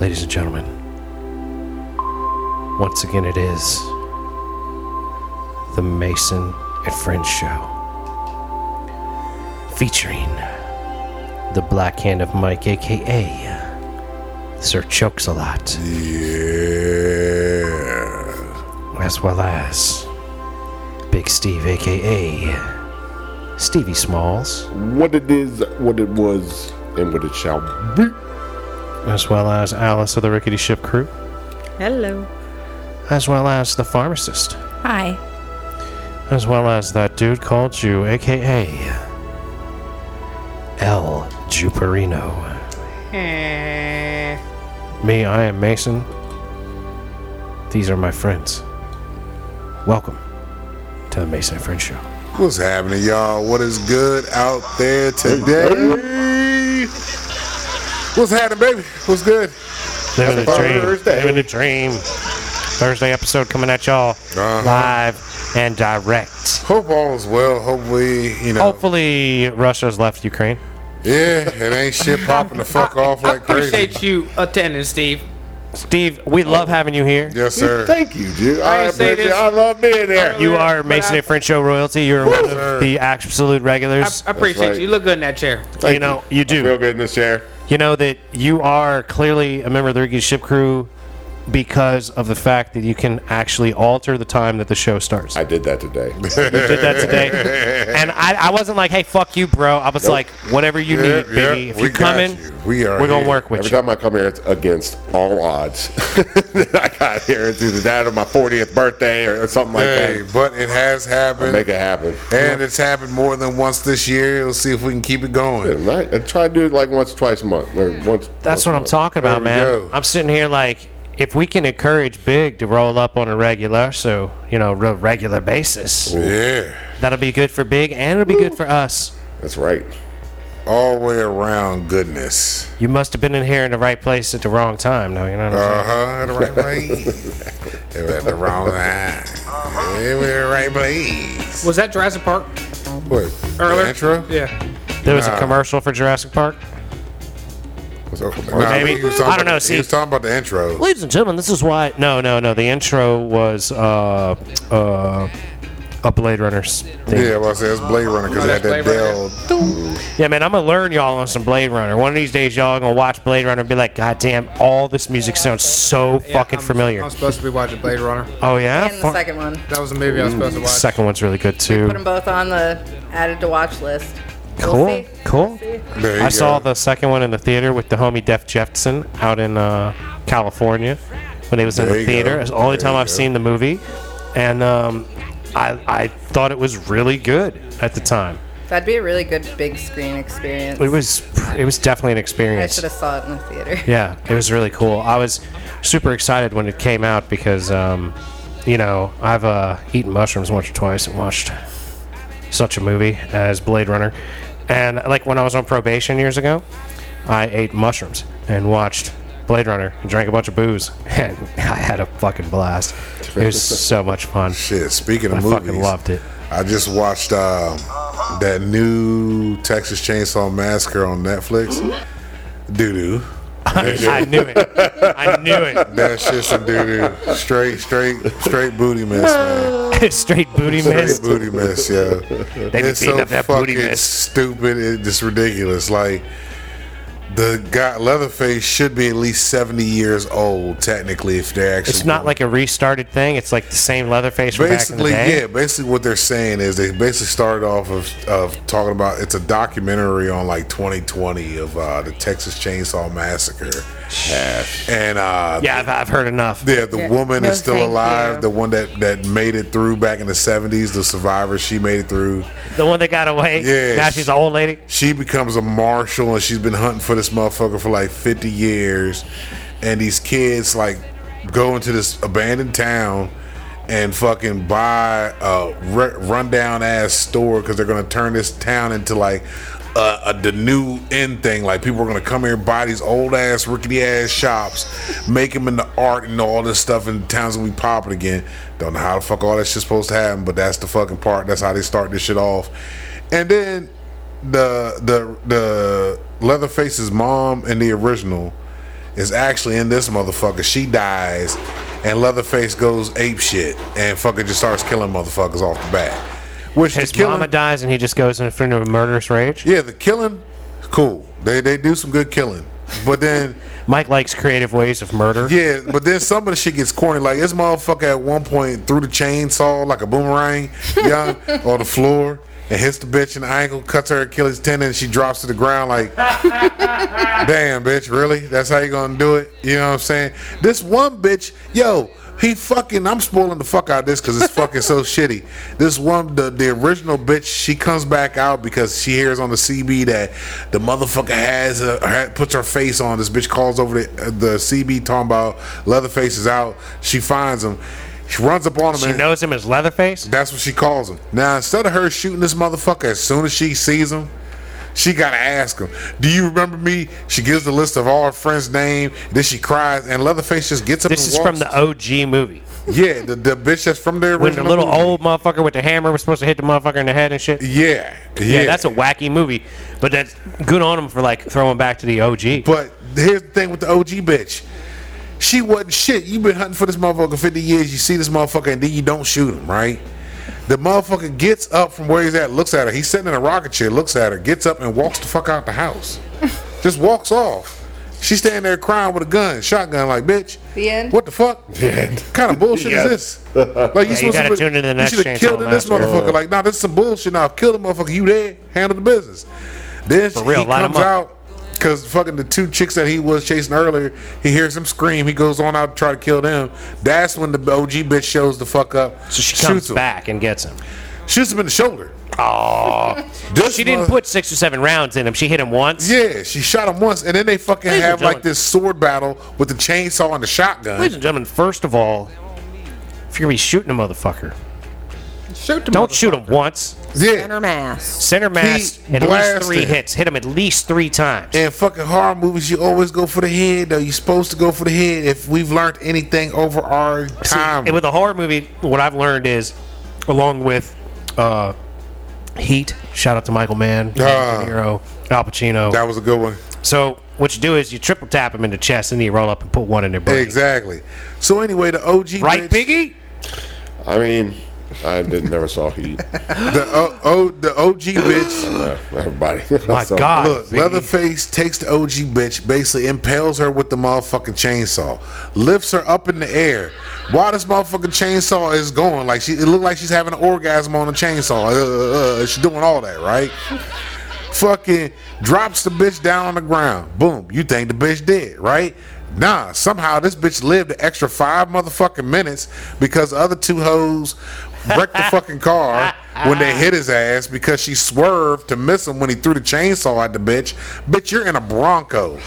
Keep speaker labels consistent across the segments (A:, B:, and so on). A: Ladies and gentlemen, once again it is the Mason and Friends Show featuring the Black Hand of Mike, aka Sir Chokes a Lot,
B: Yeah.
A: as well as Big Steve, aka Stevie Smalls,
B: What it is, what it was, and what it shall be.
A: as well as Alice of the Rickety Ship Crew,
C: Hello.
A: as well as the pharmacist.
C: Hi.
A: As well as that dude called you, aka El Juperino. Me, I am Mason. These are my friends. Welcome to the Mason and Friends Show.
D: What's happening, y'all? What is good out there today? What's happening, baby? What's good?
A: Living the
D: Happy
A: dream.
D: Thursday.
A: Living the dream. Thursday episode coming at y'all
D: Uh-huh.
A: live and direct.
D: Hope all is well. Hopefully, you know.
A: Hopefully, Russia's left Ukraine.
D: Yeah, it ain't shit popping the fuck off like crazy.
E: Appreciate you attending, Steve.
A: Steve, we love having you here.
D: Yes, sir.
B: Thank you, dude.
E: I
B: I,
E: ain't say
B: appreciate
E: this-
B: I love being there.
A: You are
E: But
A: Mason
E: I-
A: and French Show royalty. You're one of the absolute
E: I,
A: regulars.
E: I appreciate
B: right.
E: you. You look good in that chair.
A: you know, you
B: Real
A: do.
B: good in this chair.
A: You know that you are clearly a member of the Ricky Ship Crew because of the fact that you can actually alter the time that the show starts.
B: I
A: I
B: did that today.
A: did that today. and I, I wasn't like, hey, fuck you, bro. I was like, whatever you
D: Yeah,
A: need, baby.
D: yeah,
A: If
D: we
A: you come
D: got
A: in,
D: you. We are
A: we're going to
D: here.
A: work with
B: Every
A: you.
B: time I come here, it's against all odds. I got here. It's either that or my 40th birthday or something like
D: Hey,
B: that.
D: but it has happened.
B: Make it happen.
D: And it's happened more than once this year. We'll see if we can keep it going.
B: And I, I try to do it like once, twice a month. Or once,
A: That's what
B: once a
A: I'm
B: month.
A: talking about, man.
D: There we go.
A: I'm sitting here like, if we can encourage Big to roll up on a regular, so, you know, re- regular basis,
D: Yeah.
A: that'll be good for Big and it'll be good for us.
B: That's right.
D: All way around goodness.
A: You must have been in here in the right place at the wrong time, though. You know what I'm
D: Uh
A: saying?
D: huh. The right place. They were at the wrong time.
E: Uh-huh.
D: They were at the right place.
E: Was that Jurassic Park
D: What?
E: earlier?
D: The intro?
E: Yeah.
A: there was a
D: nah.
A: commercial for Jurassic Park.
D: Or
A: maybe- I don't know, see-
D: he was talking about the intro.
A: Ladies and gentlemen, this is why. No, no, no. The intro was uh, uh, a Blade Runner's thing. Yeah.
D: Yeah, well, I said it's Blade Runner because
E: Oh,
D: it had that
E: that's Blade Runner.
D: Dell.
A: man, I'm gonna learn y'all on some Blade Runner. One of these days, y'all gonna watch Blade Runner and be like, "God damn, all this music sounds so
E: Yeah,
A: fucking
E: I'm-
A: familiar."
E: I'm supposed to be watching Blade Runner.
A: oh yeah.
C: And the
A: Fuck-
C: second one.
E: That was a movie I was supposed to watch.
A: second one's really good
C: Put them
A: too.
C: both on the added to watch list. We'll
A: Cool,
C: see.
A: cool.
D: There you
A: I
D: go.
A: saw the second one in the theater with the homie Def Jefferson out in uh, California when he was in
D: There
A: the
D: you go.
A: theater. It's the only
D: There
A: time
D: you
A: I've
D: go.
A: seen the movie, and um, I I thought it was really good at the time.
C: That'd be a really good big screen experience.
A: It was it was definitely an
C: I
A: experience.
C: should have saw it in the theater.
A: Yeah, it was really cool. I was super excited when it came out because, um, you know, I've uh, eaten mushrooms once or twice and watched such a movie as Blade Runner. And like when I was on probation years ago, I ate mushrooms and watched Blade Runner and drank a bunch of booze. And I had a fucking blast. It was so much fun.
D: Shit, speaking of
A: I
D: movies,
A: fucking loved it.
D: I just watched uh,
E: Uh-huh.
D: that new Texas Chainsaw Massacre on Netflix.
E: Mm-hmm.
D: Doo doo.
A: I knew it. I knew it.
D: That shit's some doo doo. Straight, straight, straight booty mess, man.
A: Straight booty
D: Straight
A: mist.
D: booty mess, yeah.
A: They be
D: it's
A: beating
D: so
A: up that booty
D: fucking
A: mist.
D: stupid. It, it's ridiculous. Like the guy Leatherface should be at least seventy years old, technically, if they're actually.
A: It's not like a restarted thing. It's like the same Leatherface from back in the
D: basically,
A: day.
D: yeah. Basically, what they're saying is they basically started off of, of talking about it's a documentary on like 2020 of uh, the Texas Chainsaw Massacre, and uh,
A: Yeah, I've, I've heard enough.
D: Yeah, the woman
C: No,
D: is still
C: thank
D: alive.
C: you.
D: The one that, that made it through back in the 70s, the survivor, she made it through.
A: The one that got away.
D: Yeah.
A: Now she's an old lady.
D: She becomes a marshal and she's been hunting for this motherfucker for like 50 years. And these kids like go into this abandoned town and fucking buy a re- rundown ass store because they're going to turn this town into like a, a the new end thing. Like people are going to come here and buy these old ass rickety ass shops, make them into art and all this stuff, and the town's going to be popping again. Don't know how the fuck all that shit's supposed to happen, but that's the fucking part. That's how they start this shit off. And then the the the Leatherface's mom in the original is actually in this motherfucker. She dies, and Leatherface goes ape shit and fucking just starts killing motherfuckers off the bat. Which
A: His
D: the killing,
A: mama dies and he just goes into a murderous rage.
D: yeah, the killing, cool. They they do some good killing, but then.
A: Mike likes creative ways of murder.
D: Yeah, but then some of the shit gets corny. Like this motherfucker at one point threw the chainsaw like a boomerang young on the floor and hits the bitch in the ankle, cuts her Achilles tendon, and she drops to the ground like Damn bitch, really? That's how you gonna do it? You know what I'm saying? This one bitch, yo, he fucking I'm spoiling the fuck out of this because it's fucking so shitty. This one the, the original bitch, she comes back out because she hears on the CB that the motherfucker has a, ha- puts her face on. This bitch calls over the, the CB talking about Leatherface is out. She finds him. She runs up on him.
A: She
D: and-
A: knows him as Leatherface.
D: that's what she calls him. Now, instead of her shooting this motherfucker as soon as she sees him, she gotta ask him, Do you remember me? She gives the list of all her friends' name. Then she cries, and Leatherface just gets up
A: This
D: and
A: is
D: walks.
A: from the OG movie.
D: Yeah, the, the bitch that's from there.
A: When the little old motherfucker with the hammer was supposed to hit the motherfucker in the head and shit.
D: Yeah, yeah.
A: Yeah, that's a wacky movie. But that's good on him for like throwing back to the OG.
D: But here's the thing with the OG bitch. She wasn't shit. You've been hunting for this motherfucker 50 years. You see this motherfucker and then you don't shoot him, right? The motherfucker gets up from where he's at, looks at her. He's sitting in a rocket chair, looks at her, gets up and walks the fuck out the house. Just walks off. She's standing there crying with a gun, shotgun, like, bitch.
C: The end?
D: What the fuck?
B: end.
D: kind of bullshit
B: Yes.
D: is this? Like, you supposed
A: gotta
D: to
A: tune in to the next
D: You should have
A: Chainsaw
D: killed this
A: Massacre.
D: motherfucker. Like, nah, this is some bullshit. Now, kill the motherfucker. You dead. Handle the business. Then
A: For real,
D: he
A: line 'em
D: comes
A: up.
D: out because fucking the two chicks that he was chasing earlier, he hears them scream. He goes on out to try to kill them. That's when the OG bitch shows the fuck up.
A: So she comes
D: him.
A: back and gets him.
D: Shoots him in the shoulder.
A: Oh,
D: This
A: she didn't
D: mother-
A: put six or seven rounds in him. She hit him once.
D: Yeah, she shot him once, and then they fucking
A: Ladies and
D: have like
A: gentlemen.
D: this sword battle with the chainsaw and the shotgun.
A: Ladies and gentlemen, first of all, if you're gonna be shooting a motherfucker,
E: Shoot the
A: don't
E: motherfucker.
A: shoot him once.
D: yeah,
C: Center mass.
A: Center mass,
D: He
A: at least
D: blasted.
A: three hits. Hit him at least three times.
D: in fucking horror movies, you always go for the head. Though you're supposed to go for the head. If we've learned anything over our time,
A: And with a horror movie, what I've learned is, along with uh, Heat, shout out to Michael Mann,
D: Ah.
A: Hero, Al Pacino.
D: that was a good one.
A: so what you do is you triple tap him in the chest, and then you roll up and put one in their brain.
D: Exactly. So anyway, the OG
A: Right,
D: bitch-
A: Biggie?
B: I mean, I didn't never saw Heat.
D: The o, o, the OG bitch.
B: Uh, everybody.
A: My
B: So,
A: God.
D: Look,
A: Biggie.
D: Leatherface takes the OG bitch, basically impales her with the motherfucking chainsaw, lifts her up in the air. While this motherfucking chainsaw is going, like she, it looked like she's having an orgasm on the chainsaw. Uh, uh, uh, she's doing all that, right? Fucking drops the bitch down on the ground. Boom. You think the bitch dead, right? Nah. Somehow this bitch lived an extra five motherfucking minutes because the other two hoes wrecked the fucking car when they hit his ass because she swerved to miss him when he threw the chainsaw at the bitch. Bitch, you're in a Bronco,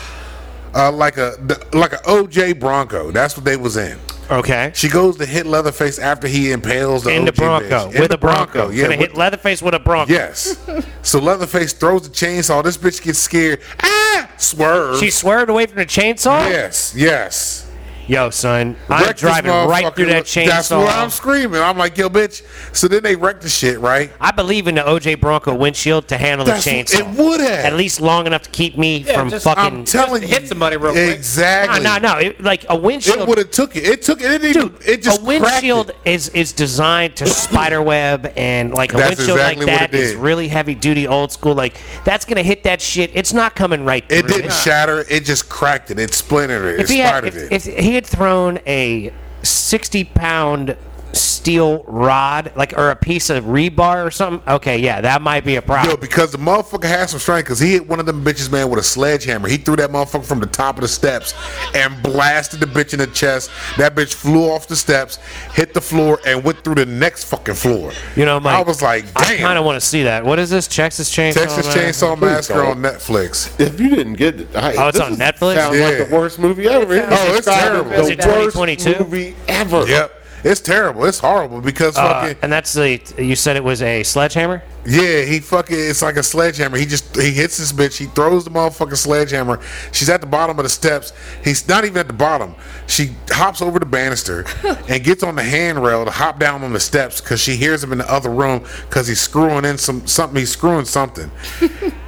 D: uh, like a the, like a OJ Bronco. That's what they was in.
A: Okay.
D: She goes to hit Leatherface after he impales the
A: In the
D: OG bitch.
A: Bronco.
D: In
A: With
D: the
A: a Bronco.
D: Yeah,
A: Gonna
D: with-
A: hit Leatherface with a Bronco.
D: Yes. so Leatherface throws the chainsaw. This bitch gets scared. Ah! Swerve.
A: She swerved away from the chainsaw?
D: yes. Yes.
A: Yo, son, I'm
D: Wreck this
A: driving right through
D: motherfucker.
A: that chainsaw.
D: That's what I'm screaming. I'm like, yo, bitch. So then they wreck the shit, right?
A: I believe in the OJ Bronco windshield to handle
D: That's-
A: the chainsaw.
D: it would have.
A: At least long enough to keep me from
E: just-
A: fucking.
D: I'm telling you.
E: hit somebody real quick.
A: no,
D: Exactly.
A: no, no. It, like a windshield.
D: It would have took it. It took it. It, didn't
A: Dude,
D: even, it just
A: a
D: cracked
A: windshield
D: it.
A: is is designed to spider web and like a
D: That's
A: windshield
D: exactly
A: like
D: what
A: that
D: it
A: is
D: did.
A: really heavy duty old school like that's going to hit that shit it's not coming right
D: It
A: through
D: didn't shatter. It just cracked it. It splintered it.
A: if
D: it
A: he had
D: splattered
A: if,
D: it.
A: if he had thrown a 60 pound steel rod like or a piece of rebar or something okay yeah that might be a problem
D: Yo, because the motherfucker had some strength, because he hit one of them bitches, man, with a sledgehammer. He threw that motherfucker from the top of the steps and blasted the bitch in the chest. That bitch flew off the steps, hit the floor, and went through the next fucking floor.
A: you know Mike,
D: I was like,
A: I kind
D: damn.
A: of want to see that what is this Texas Chainsaw
D: Texas
A: Massacre?
D: Chainsaw
B: Please
D: Massacre on
B: don't.
D: Netflix.
B: If you didn't get it, I,
A: Oh, it's
B: this
A: on
B: is-
A: Netflix?
B: Sounds
D: Yeah.
B: like the worst movie ever. It
D: Oh, it's
B: described
D: terrible.
B: The
D: Is
A: it
B: worst
A: 2022?
B: movie ever.
D: Yep. It's terrible. It's horrible because
A: Uh,
D: fucking
A: and that's the you said it was a sledgehammer
D: yeah, he fucking it's like a sledgehammer. He just he hits this bitch. He throws the motherfucking sledgehammer. She's at the bottom of the steps. He's not even at the bottom. She hops over the banister and gets on the handrail to hop down on the steps because she hears him in the other room because he's screwing in some something. He's screwing something.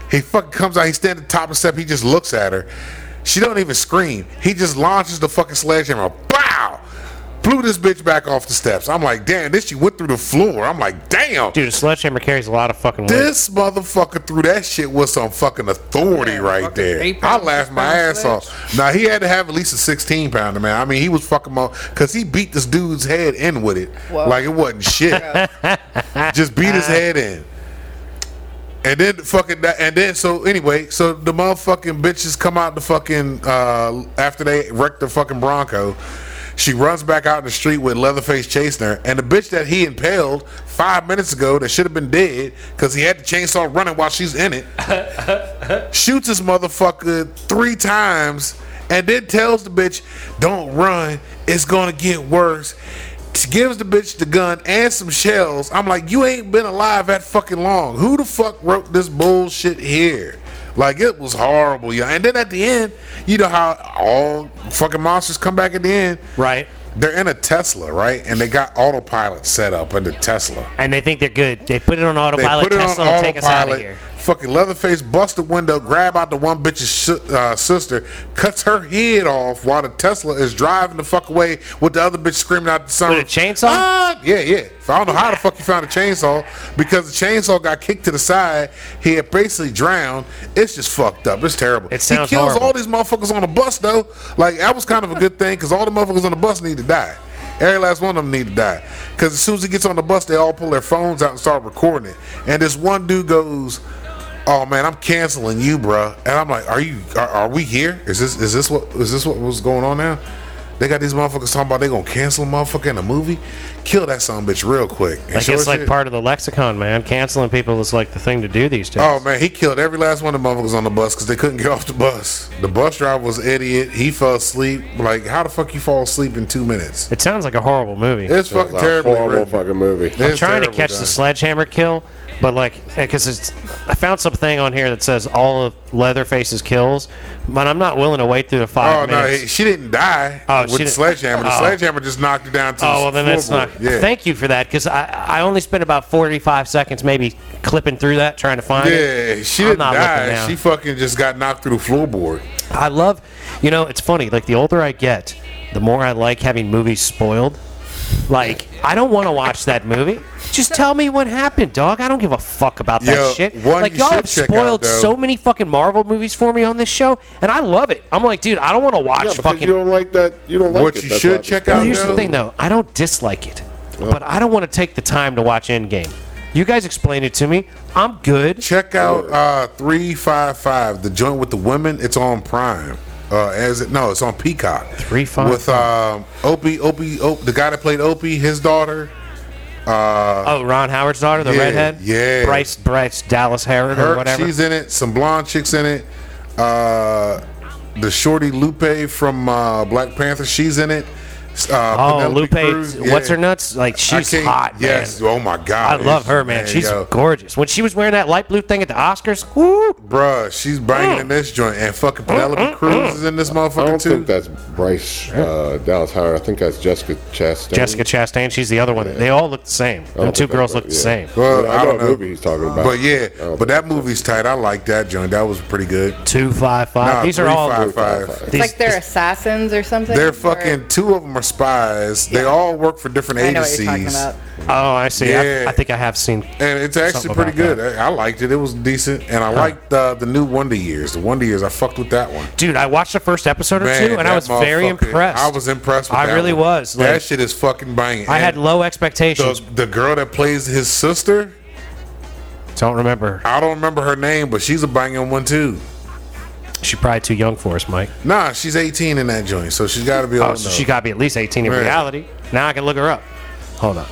D: he fucking comes out. He stands at the top of the step. He just looks at her. She don't even scream. He just launches the fucking sledgehammer. Bow! Blew this bitch back off the steps. I'm like, damn, this she went through the floor. I'm like, damn.
A: Dude, a sledgehammer carries a lot of fucking weight.
D: This motherfucker threw that shit with some fucking authority right
E: fucking
D: there.
E: eight
D: I
E: pounds,
D: laughed
E: six
D: my
E: pounds
D: ass off. Now he had to have at least a sixteen pounder, man. I mean, he was fucking mo because he beat this dude's head in with it,
C: Whoa.
D: like it wasn't shit. Just beat his head in, and then fucking that, and then so anyway, so the motherfucking bitches come out the fucking uh, after they wrecked the fucking Bronco. She runs back out in the street with Leatherface chasing her, and the bitch that he impaled five minutes ago that should have been dead because he had the chainsaw running while she's in it shoots this motherfucker three times and then tells the bitch, don't run, it's gonna get worse. She Gives the bitch the gun and some shells. I'm like, you ain't been alive that fucking long. Who the fuck wrote this bullshit here? Like it was horrible, yeah. And then at the end, you know how all fucking monsters come back at the end.
A: Right.
D: They're in a Tesla, right? And they got autopilot set up in the Tesla.
A: And they think they're good. They put it on
D: They
A: autopilot.
D: put it
A: Tesla
D: on
A: will take us out of
D: autopilot.
A: here.
D: Fucking Leatherface busts the window, grab out the one bitch's sh- uh, sister, cuts her head off while the Tesla is driving the fuck away with the other bitch screaming out the sun.
A: With a chainsaw?
D: Ah! Yeah, yeah. So I don't know how the fuck you found a chainsaw because the chainsaw got kicked to the side. He had basically drowned. It's just fucked up. It's terrible.
A: It sounds
D: he kills
A: horrible.
D: all these motherfuckers on the bus though. Like that was kind of a good thing because all the motherfuckers on the bus need to die. Every last one of them need to die. Because as soon as he gets on the bus, they all pull their phones out and start recording it. And this one dude goes, "Oh man, I'm canceling you, bruh. And I'm like, "Are you? Are, are we here? Is this? Is this what? Is this what was going on now? They got these motherfuckers talking about they gonna cancel a motherfucker in a movie. Kill that son of a bitch real quick. And
A: Like
D: sure
A: it's
D: as
A: like
D: shit-
A: part of the lexicon, man. Canceling people is like the thing to do these days.
D: Oh man, he killed every last one of the motherfuckers on the bus because they couldn't get off the bus. The bus driver was an idiot. He fell asleep. Like, how the fuck you fall asleep in two minutes?
A: It sounds like a horrible movie.
D: It's fucking terrible.
B: Horrible fucking movie.
A: I'm trying to catch the sledgehammer kill, but like, because it's, I found something on here that says all of Leatherface's kills, but I'm not willing to wait through the
D: Oh
A: five
D: no,
A: minutes.
D: he- she didn't die
A: Oh, she
D: with the
A: didn't-
D: sledgehammer. The
A: oh.
D: sledgehammer just knocked her down to. the
A: Oh well, then that's not.
D: floorboard. Yeah.
A: Thank you for that, because I I only spent about forty five seconds maybe clipping through that trying to find it.
D: yeah, she
A: I'm
D: didn't
A: not looking
D: die.
A: now.
D: She fucking just got knocked through the floorboard.
A: I love, you know, it's funny. Like the older I get, the more I like having movies spoiled. Like I don't want to watch that movie. Just tell me what happened, dog. I don't give a fuck about that
D: Yo,
A: shit.
D: one
A: Like
D: you
A: y'all
D: should
A: have
D: check out,
A: spoiled
D: though.
A: so many fucking Marvel movies for me on this show, and I love it. I'm like, dude, I don't want to watch
B: Yeah, because
A: fucking.
B: you don't like that. You don't like
D: What
B: it,
D: you
B: that's
D: should
B: why it's
D: check
B: bad.
D: out
A: Here's
D: now- Oh.
A: the thing, though. I don't dislike it, but I don't want to take the time to watch Endgame. You guys explained it to me. I'm good.
D: Check out uh, three five five, the joint with the women. It's on Prime. Uh, as it, no, it's on Peacock.
A: 355.
D: with um, Opie, Opie, Opie, the guy that played Opie, his daughter.
A: Oh, Ron Howard's daughter, the
D: Uh, Yeah,
A: redhead.
D: yeah.
A: Bryce, Bryce Dallas Howard or
D: Her,
A: whatever.
D: she's in it. Some blonde chicks in it. Uh, the shorty Lupe from uh, Black Panther, she's in it. S- Uh,
A: Oh,
D: Penelope
A: Lupe,
D: Cruz,
A: what's
D: yeah.
A: her nuts? Like
D: I
A: she's
D: can't-
A: hot, man.
D: Yes. Oh my
A: I
D: God.
A: love her, man. She's
D: yo.
A: gorgeous. When she was wearing that light blue thing at the Oscars, woo!
D: Bruh, she's
A: Mm.
D: banging in this joint, and fucking Penelope Cruz is in this
B: I
D: motherfucker
B: don't
D: too.
B: think that's Bryce uh, Dallas Howard. I think that's Jessica Chastain.
A: Jessica Chastain, she's the other one. They all look the same. The
B: don't
A: two
B: think that's
A: girls
B: right,
A: look the
B: yeah.
A: same.
D: Well,
B: Yeah,
D: I don't know.
B: what movie he's talking about.
D: But
A: Oh,
D: yeah, but that movie's tight. I like that joint. That was pretty good.
A: Two five five.
D: Nah,
A: Uh, These are
D: three,
A: all.
D: five, five.
A: These,
C: like they're assassins or something.
D: They're
C: or-
D: fucking. Two of them are spies. They
C: Yeah.
D: all work for different
C: I know what
D: agencies.
C: you're talking about.
A: oh, I see.
D: Yeah.
A: I, I think I have seen.
D: And it's actually
A: Something
D: pretty
A: about
D: good. I, I liked it. It was decent, and I liked the the new Wonder Years. The Wonder Years, I fucked with that one.
A: Dude, I watched the first episode or two, and I
D: that
A: was very
D: motherfucker-
A: impressed.
D: I was impressed. with
A: I
D: that
A: really
D: one.
A: was,
D: that
A: like-
D: shit is fucking banging.
A: I had
D: And
A: low expectations.
D: the, the girl that plays his sister.
A: Don't remember.
D: I don't remember her name, but she's a banging one too.
A: She probably too young for us, Mike.
D: Nah, she's 18 in that joint, so she's got to be.
A: Oh,
D: Oh,
A: so she got to be at least 18 in
D: Right.
A: reality. Now I can look her up. Hold on.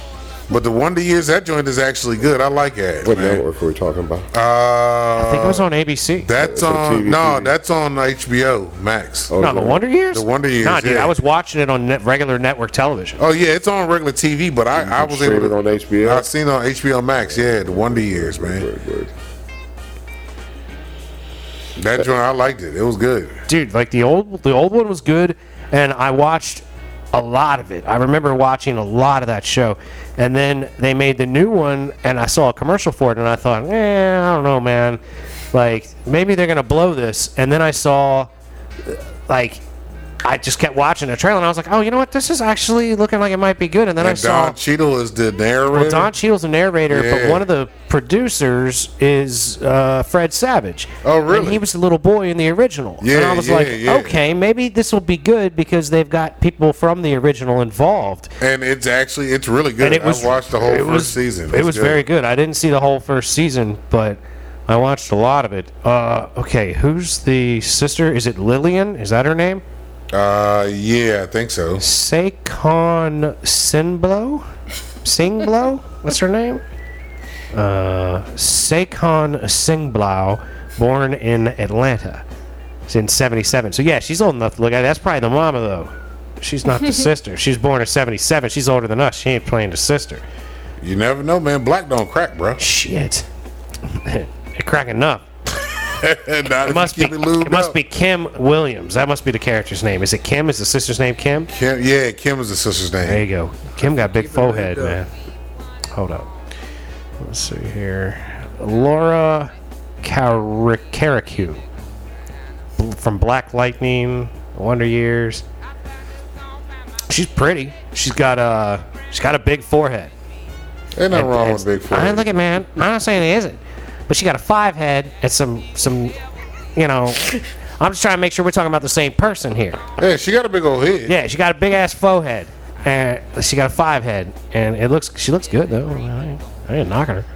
D: But the Wonder Years, that joint is actually good. I like it.
B: What
D: man.
B: network are we talking about?
D: Uh,
A: I think it was on ABC.
D: that's
B: It's a
D: on
B: TV
D: no,
B: series.
D: that's on HBO Max. Oh,
A: no, The Wonder Years?
D: The Wonder Years,
A: Nah, dude,
D: yeah.
A: I was watching it on net, regular network television.
D: Oh, yeah, it's on regular TV, but I, I was
B: Stream
D: able
B: it
D: to
B: on HBO.
D: I've seen it on HBO Max. Yeah, the Wonder Years, man.
B: Word, word.
D: That joint, I liked it. It was good.
A: Dude, like the old the old one was good and I watched a lot of it. I remember watching a lot of that show. And then they made the new one and I saw a commercial for it and I thought, "Eh, I don't know, man. Like maybe they're going to blow this." And then I saw like I just kept watching the trailer and I was like, oh, you know what? This is actually looking like it might be good. And then I
D: And
A: saw
D: Don Cheadle is the narrator.
A: well, Don Cheadle's the narrator,
D: Yeah.
A: but one of the producers is uh, Fred Savage.
D: Oh,
A: And
D: really?
A: he was the little boy in the original. and
D: Yeah,
A: I was
D: yeah,
A: like,
D: yeah.
A: okay, maybe this will be good because they've got people from the original involved.
D: and it's actually it's really good.
A: And it was
D: I watched the whole
A: it
D: first
A: was-
D: season.
A: It
D: It's
A: was very good. I didn't see the whole first season, but I watched a lot of it. Uh, okay, who's the sister? Is it Lillian? Is that her name?
D: Uh, yeah, I think so.
A: Saikon Sinblow? Singblow? What's her name? Uh, Saikon Singblow, born in Atlanta It's in 77. So, yeah, she's old enough to look at it. That's probably the mama, though. She's not the sister. She's born in 77. She's older than us. She ain't playing the sister.
D: You never know, man. Black don't crack, bro.
A: Shit. Cracking up.
D: Not
A: It must be. It must be Kim Williams. That must be the character's name. Is it Kim? Is the sister's name Kim?
D: Kim, yeah, Kim is the sister's name.
A: There you go. Kim got big forehead,
E: up.
A: man. Hold up. Let's see here. Laura Kari- Karaku Bl- from Black Lightning, Wonder Years. She's pretty. She's got a she's got a big forehead.
D: Ain't nothing wrong with
A: It's-
D: Big Four.
A: I look at man. I'm not saying it isn't, but she got a five head and some some, you know. I'm just trying to make sure we're talking about the same person here.
D: Yeah, she got a big old head.
A: Yeah, she got a big ass forehead, and she got a five head, and it looks she looks good though. I ain't, I ain't knocking her.
C: Oh,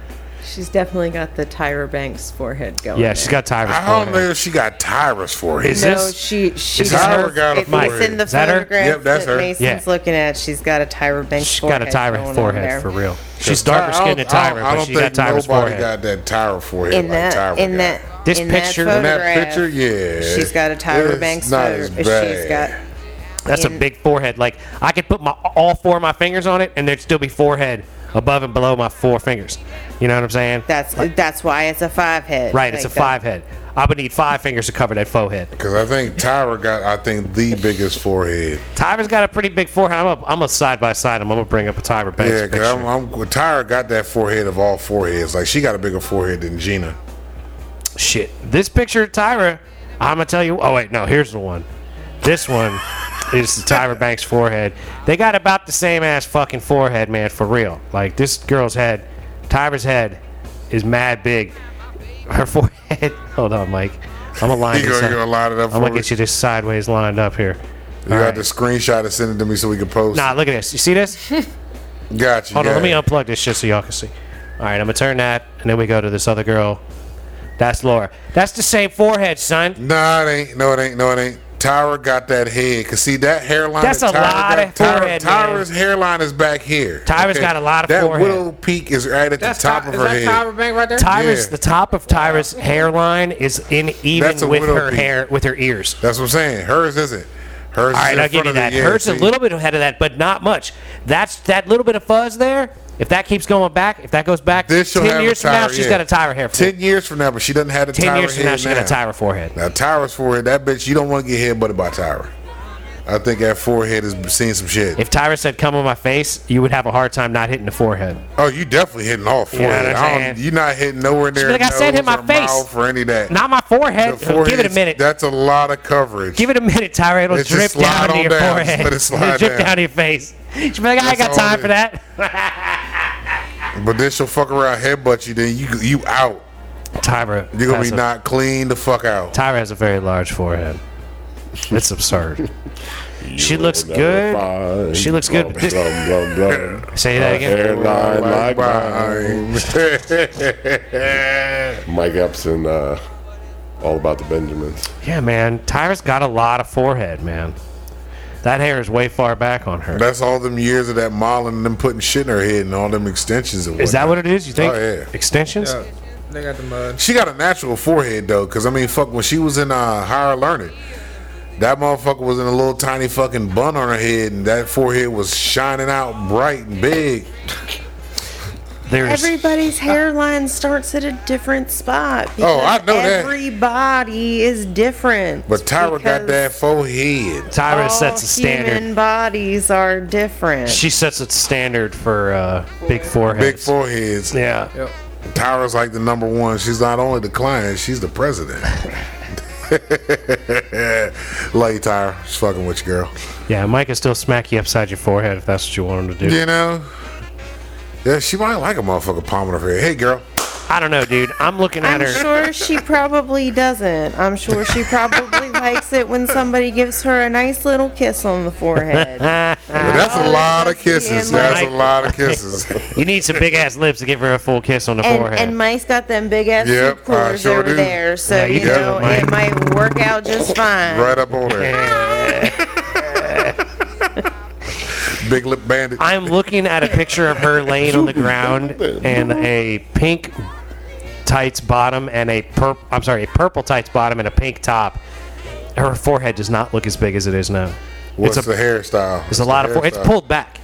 C: She's definitely got the Tyra Banks forehead going.
A: Yeah, she's got Tyra's
D: I don't
A: forehead.
D: know if she got Tyra's forehead.
A: Is
C: No,
A: this-
C: she she
A: is
C: does.
A: this her?
D: Got a
C: It's, it's in
D: forehead.
C: the
A: Is that her?
C: photograph
D: Yep, that's
C: that
D: her.
C: Mason's
A: Yeah.
C: looking at. She's got a Tyra Banks.
A: She's got a
C: forehead
A: Tyra
C: going on
A: forehead
C: there.
A: for real. She's darker skinned than Tyra,
D: I
A: but
D: don't
A: she got
D: think
A: Tyra's
D: nobody
A: forehead.
D: got that Tyra forehead
C: In
D: like
C: that
D: Tyra
C: in
D: got.
C: that
A: This
C: in
A: picture-
C: that
D: In that
C: photograph,
D: picture, yeah.
C: She's got a Tyra
D: It's
C: Banks
D: not
C: photo.
D: as
C: She's
D: bad.
C: got
A: That's a
C: in-
A: big forehead. Like I could put my all four of my fingers on it, and there'd still be forehead above and below my four fingers. You know what I'm saying?
C: that's that's why it's a five head.
A: right. It's a
C: Like
A: five head. I would need five fingers to cover that forehead.
D: Because I think Tyra got, I think, the biggest forehead.
A: Tyra's got a pretty big forehead. I'm a, I'm a side by side. him. I'm gonna bring up a Tyra Banks
D: Yeah,
A: picture.
D: because I'm, I'm, Tyra got that forehead of all foreheads. Like, she got a bigger forehead than Gina.
A: Shit. This picture of Tyra, I'm going to tell you. Oh, wait, no, here's the one. This one is the Tyra Banks forehead. They got about the same ass fucking forehead, man, for real. Like, this girl's head, Tyra's head is mad big. Her forehead. Hold on, Mike. I'm going to line
D: You
A: this
D: gonna get a
A: up.
D: lot of that
A: I'm going to get you this sideways lined up here.
D: You got the screenshot and send it to me so we can post.
A: Nah, look at this. You see this?
D: it. Got you.
A: Hold on, let
D: got
A: me
D: it.
A: unplug this shit so y'all can see. All right, I'm going to turn that, and then we go to this other girl. That's Laura. That's the same forehead, son.
D: Nah, it ain't. No, it ain't. No, it ain't. Tyra got that head. Cause see that hairline.
A: That's
D: that
A: a
D: Tyra
A: lot
D: got-
A: of
D: Tyra-
A: forehead, man.
D: Tyra's hairline is back here.
A: Tyra's got a lot of
D: that
A: forehead.
D: That willow peak is right at
E: That's
D: the top
E: Ty-
D: of
E: is
D: her
E: that
D: head.
E: Tyra Banks right there?
A: Tyra's
D: Yeah.
A: the top of Tyra's hairline is in
D: That's a
A: even with
D: widow
A: her
D: peak.
A: hair with her ears.
D: That's what I'm saying. Hers isn't. Hers.
A: All
D: is
A: right,
D: in
A: I'll give
D: front
A: you
D: of the-
A: that.
D: yeah,
A: Hers a
D: see?
A: little bit ahead of that, but not much. That's that little bit of fuzz there. If that keeps going back, if that goes back
D: This she'll have
A: ten
D: a
A: years from now,
D: Tyra,
A: she's
D: yeah.
A: got a Tyra hair. Ten,
D: Ten years from now, but she doesn't have the
A: ten
D: Tyra
A: years from now,
D: head
A: she's got a Tyra forehead.
D: Now Tyra's forehead. That bitch. You don't want to get headbutted by Tyra. I think that forehead has seen some shit.
A: If Tyra said "come on my face," you would have a hard time not hitting the forehead.
D: oh, you definitely hitting all
A: know what
D: forehead.
A: I'm
D: I
A: saying?
D: don't, you're not hitting nowhere near.
A: like, I said hit
D: nose
A: my
D: or
A: face.
D: mouth or any of that.
A: Not my forehead.
D: The
A: Give it a
D: forehead's-
A: minute.
D: That's a lot of coverage.
A: Give it a minute, Tyra. It'll
D: Let's
A: drip
D: just slide
A: down to
D: on
A: your
D: down. Just
A: forehead.
D: let it slide
A: drip
D: down.
A: down to your face. She'll be like, "I ain't got
D: That's all
A: time
D: it
A: for
D: is.
A: that."
D: But then she'll fuck around headbutt you, then you you out.
A: Tyra,
D: You're gonna
A: has
D: be
A: a-
D: knocked clean the fuck out.
A: Tyra has a very large forehead. It's absurd. she looks
B: Never
A: good.
B: find
A: She looks good.
B: Blah, blah, blah, blah.
A: Say that
B: A
A: again.
B: Hairline like mine.
D: Mine.
B: Mike Epps and uh, All About the Benjamins.
A: Yeah, man. Tyra's got a lot of forehead, man. That hair is way far back on her.
D: That's all them years of that modeling and them putting shit in her head and all them extensions and
A: Is that
D: whatnot.
A: what it is? You think?
D: Oh, yeah.
A: Extensions?
E: Yeah, they got the mud.
D: She got a natural forehead though, because I mean, fuck, when she was in uh, higher learning, that motherfucker was in a little tiny fucking bun on her head, and that forehead was shining out bright and big.
A: There's
C: Everybody's hairline starts at a different spot.
D: Oh, I
C: because
D: know that.
C: Everybody is different.
D: But Tyra got
C: because
D: that forehead.
A: Tyra
C: all
A: sets a standard.
C: Human bodies are different.
A: She sets a standard for uh, big foreheads.
D: Big foreheads.
A: yeah.
E: Yep.
D: Tyra's like the number one. She's not only the client, she's the president. Love you, Tyra. Just fucking with you, girl.
A: Yeah, Mike is still smack you upside your forehead if that's what you want him to do.
D: You know? Yeah, she might like a motherfucker palming her hair. Hey, girl.
A: I don't know, dude. I'm looking at
C: I'm
A: her.
C: sure she probably doesn't. I'm sure she probably likes it when somebody gives her a nice little kiss on the forehead.
D: Well, that's a lot of kisses. That's a
A: Mike.
D: lot of kisses.
A: You need some big ass lips to give her a full kiss on the
C: And,
A: forehead.
C: and Mike's got them big ass
D: Yep,
C: yep,
D: I
C: cords
D: sure
C: over
D: do.
C: there, so
A: Yeah, you
C: you
A: do it,
C: know
A: Mike.
C: it might work out just fine.
D: right up on her. Big lip bandit.
A: I'm looking at a picture of her laying on the ground in a pink tights bottom and a purple. I'm sorry, a purple tights bottom and a pink top. Her forehead does not look as big as it is now.
D: What's
A: it's a,
D: the hairstyle?
A: It's a lot of. Fore- it's pulled back.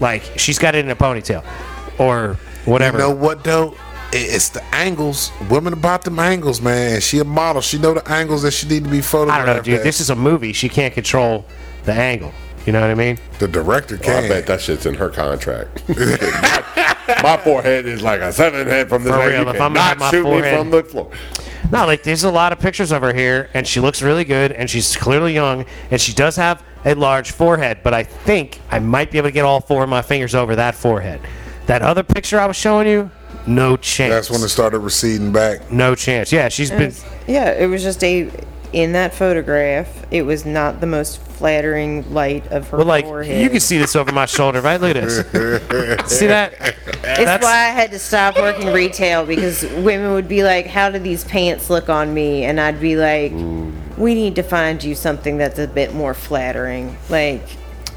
A: Like she's got it in a ponytail, or whatever.
D: You know what though? I- It's the angles. Women about them angles, man. She a model. She know the angles that she need to be
A: I
D: photographed.
A: don't know, dude.
D: at.
A: This is a movie. She can't control the angle. You know what I mean?
D: the director
B: Well,
D: can.
B: I bet that shit's in her contract. my forehead is like a seven head from this.
A: For
B: way.
A: real,
B: You
A: if I'm gonna
B: cannot
A: have my
B: shoot
A: forehead-
B: me from the floor.
A: No, like there's a lot of pictures of her here, and she looks really good, and she's clearly young, and she does have a large forehead. But I think I might be able to get all four of my fingers over that forehead. That other picture I was showing you, no chance.
D: That's when it started receding back.
A: no chance. Yeah, she's been.
C: Yeah, it was just a. In that photograph, it was not the most flattering light of her
A: But like,
C: forehead.
A: you can see this over my shoulder, right? Look at this. see that?
C: It's
A: That's-
C: why I had to stop working retail because women would be like, "How do these pants look on me?" And I'd be like, "We need to find you something that's a bit more flattering." Like,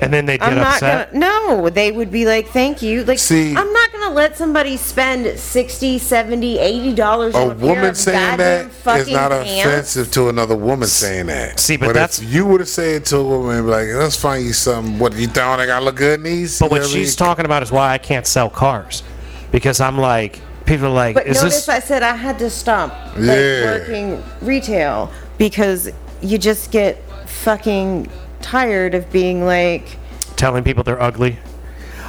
A: And then they get
C: I'm not
A: upset.
C: gonna. No, they would be like, "Thank you." Like,
D: See-
C: I'm not gonna let somebody spend 60 70 80 dollars
D: A
C: on a pair
D: woman
C: of goddamn
D: saying that is
C: fucking
D: not
C: pants.
D: offensive to another woman saying that.
A: see, but
D: if
A: that's-
D: you would have said to a woman, be like, let's find you something. What you think I gotta look good in these?
A: But
D: You
A: what
D: know I mean?
A: she's talking about is why I can't sell cars, because I'm like, people are like,
C: But
A: is
C: notice
A: this?
C: I said I had to stop like,
D: Yeah.
C: working retail because you just get fucking tired of being like.
A: telling people they're ugly.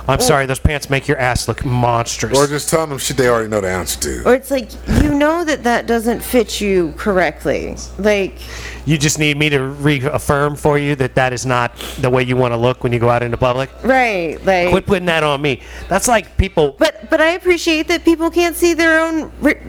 A: I'm sorry, those pants make your ass look monstrous.
D: or just telling them shit they already know the answer to.
C: or it's like you know that that doesn't fit you correctly like
A: you just need me to reaffirm for you that that is not the way you want to look when you go out into public.
C: right like
A: Quit putting that on me. That's like people.
C: but but i appreciate that people can't see their own re-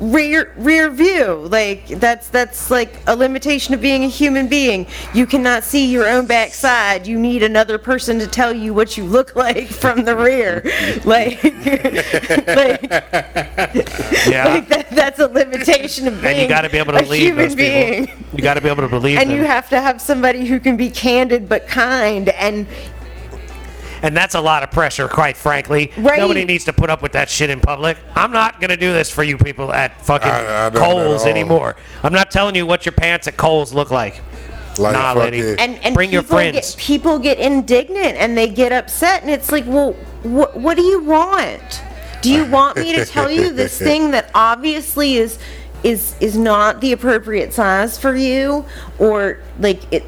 C: rear rear view like that's that's like a limitation of being a human being you cannot see your own backside you need another person to tell you what you look like from the rear like like
A: yeah.
C: like that, that's a limitation of being
A: and you got to be able to
C: a
A: believe
C: human
A: those
C: being
A: people. You got to be able to believe
C: and
A: them.
C: you have to have somebody who can be candid but kind and
A: and that's a lot of pressure, quite frankly.
C: Right.
A: Nobody needs to put up with that shit in public. I'm not gonna do this for you people at fucking
D: I- I don't at
A: Kohl's
D: all.
A: anymore. I'm not telling you what your pants at Kohl's look like.
D: Like,
A: Nah,
D: fuck
A: lady.
D: it.
C: and and
A: Bring your
C: people
A: friends.
C: get, people get indignant and they get upset and it's like well what what do you want do you want me to tell you this thing that obviously is is is not the appropriate size for you or like it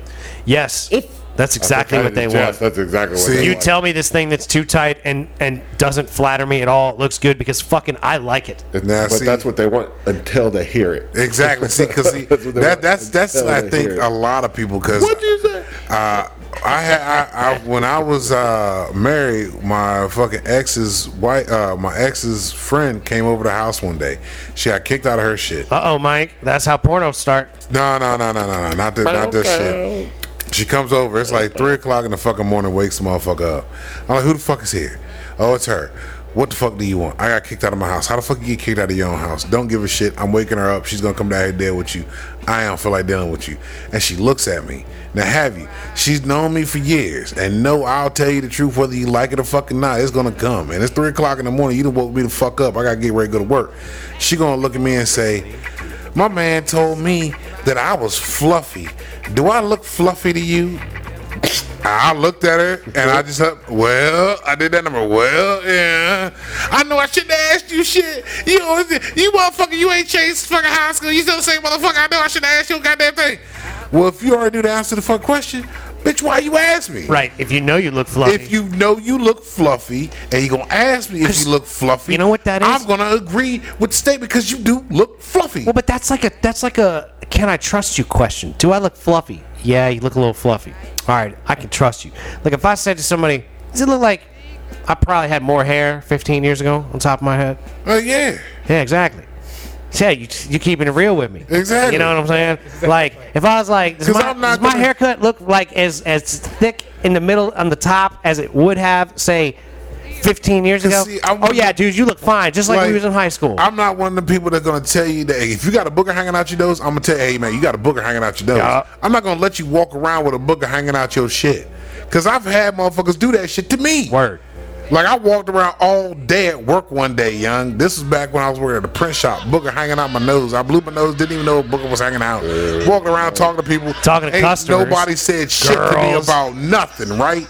A: Yes.
C: If-
A: that's exactly
B: That
A: what
B: is
A: they
B: just-
A: want.
B: That's exactly what
D: See,
B: they
A: You
B: want.
A: tell me this thing that's too tight and and doesn't flatter me at all. It looks good because fucking I like it.
D: Now,
B: but
D: see-
B: that's what they want until they hear it.
D: Exactly. See, because
B: That's what they
D: that,
B: want.
D: that's that's
B: That's what
D: I
B: they
D: think
B: hear.
D: a lot of people because
B: What'd you say?
D: Uh, I, had, I, I when I was uh, married, my fucking ex's wife, uh, my ex's friend came over the house one day. She got kicked out of her shit.
A: Uh oh, Mike. That's how pornos start.
D: No, no, no, no, no, no, not this, not this shit. She comes over. It's like three o'clock in the fucking morning. Wakes the motherfucker up. I'm like, who the fuck is here? Oh, it's her. What the fuck do you want? I got kicked out of my house. How the fuck you get kicked out of your own house? Don't give a shit. I'm waking her up. She's gonna come down here and deal with you. I don't feel like dealing with you. And she looks at me. Now have you? She's known me for years. And no, I'll tell you the truth, whether you like it or fucking not, it's gonna come. And it's three o'clock in the morning. You done woke me the fuck up. I gotta get ready to go to work. She gonna look at me and say, my man told me that I was fluffy. Do I look fluffy to you? I looked at her and I just up. Well, I did that number. Well, yeah. I know I shouldn't have asked you shit. You know, you motherfucker, you ain't changed since fucking high school. You still the same motherfucker. I know I shouldn't have asked you a goddamn thing. Well, if you already knew the answer to the fuck question, bitch, why you ask me?
A: Right. If you know you look fluffy.
D: If you know you look fluffy and you're gonna ask me if you look fluffy,
A: You know what that is?
D: I'm gonna agree with the statement because you do look fluffy.
A: well, but that's like a that's like a can I trust you question. Do I look fluffy? Yeah, you look a little fluffy. All right, I can trust you. Like if I said to somebody, does it look like I probably had more hair 15 years ago on top of my head?
D: Oh yeah.
A: Yeah, exactly. Yeah, you you keeping it real with me.
D: Exactly.
A: You know what I'm saying? Like if I was like, does
D: 'Cause
A: my,
D: I'm not
A: does my
D: gonna-
A: haircut look like as as thick in the middle on the top as it would have say 15 years
D: 'Cause
A: ago?
D: see, I
A: oh yeah,
D: wouldn't-
A: dude, you look fine, just like, we was in high school.
D: I'm not one of the people that's gonna tell you that hey, if you got a booger hanging out your nose, I'm gonna tell you, hey man, you got a booger hanging out your nose.
A: Yeah.
D: I'm not gonna let you walk around with a booger hanging out your shit, cause I've had motherfuckers do that shit to me.
A: Word.
D: Like I walked around all day at work one day, young. This was back when I was working at the print shop. Booger hanging out my nose. I blew my nose. Didn't even know a booger was hanging out. Walked around talking to people.
A: Talking to
D: Ain't
A: customers.
D: Nobody said shit to me
A: Girls.
D: about nothing, right?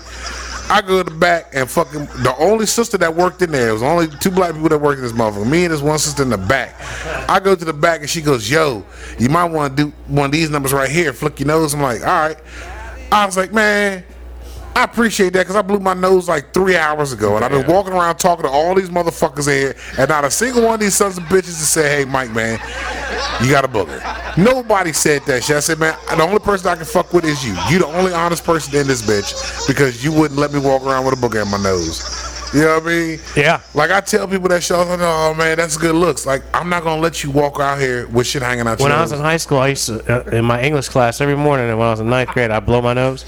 D: I go to the back and fucking the only sister that worked in there. It was only two black people that worked in this motherfucker. Me and this one sister in the back. I go to the back and she goes, "Yo, you might want to do one of these numbers right here. Flick your nose." I'm like, "All right." I was like, "Man." I appreciate that because I blew my nose like three hours ago, and I've been walking around talking to all these motherfuckers in here, and not a single one of these sons of bitches has said, "Hey, Mike, man, you got a booger." Nobody said that shit. I said, "Man, the only person I can fuck with is you. You the only honest person in this bitch because you wouldn't let me walk around with a booger in my nose." You know what I mean?
A: Yeah.
D: Like I tell people that shit, I'm like, "Oh man, that's good looks." Like I'm not gonna let you walk out here with shit hanging out
A: When
D: your
A: I was
D: nose.
A: in high school, I used to, uh, in my English class every morning, and when I was in ninth grade, I'd blow my nose,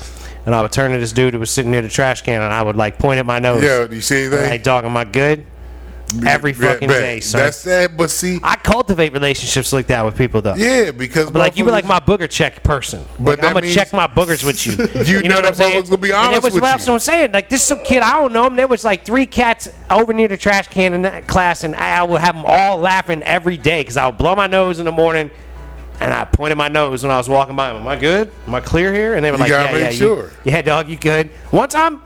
A: and I would turn to this dude who was sitting near the trash can, and I would like point at my nose.
D: yeah, do you see anything?
A: Hey, dog, am I good? Every
D: Yeah,
A: fucking
D: but
A: day, sir.
D: That's that, but see,
A: I cultivate relationships like that with people, though.
D: yeah, because
A: But like you be like
D: motherfuckers-
A: my booger check person. Like,
D: But
A: I'm
D: that
A: gonna
D: means-
A: check my boogers with you.
D: You know that
A: saying?
D: motherfucker's gonna be
A: And
D: honest
A: that was
D: with
A: what
D: you.
A: else I'm saying. Like this some kid I don't know him. There was like three cats over near the trash can in that class, and I would have them all laughing every day because I would blow my nose in the morning, and I pointed my nose when I was walking by. 'em. Am I good? Am I clear here? And they were
D: You
A: like,
D: gotta
A: Yeah,
D: make
A: yeah,
D: sure.
A: You, yeah, dog, you good? One time.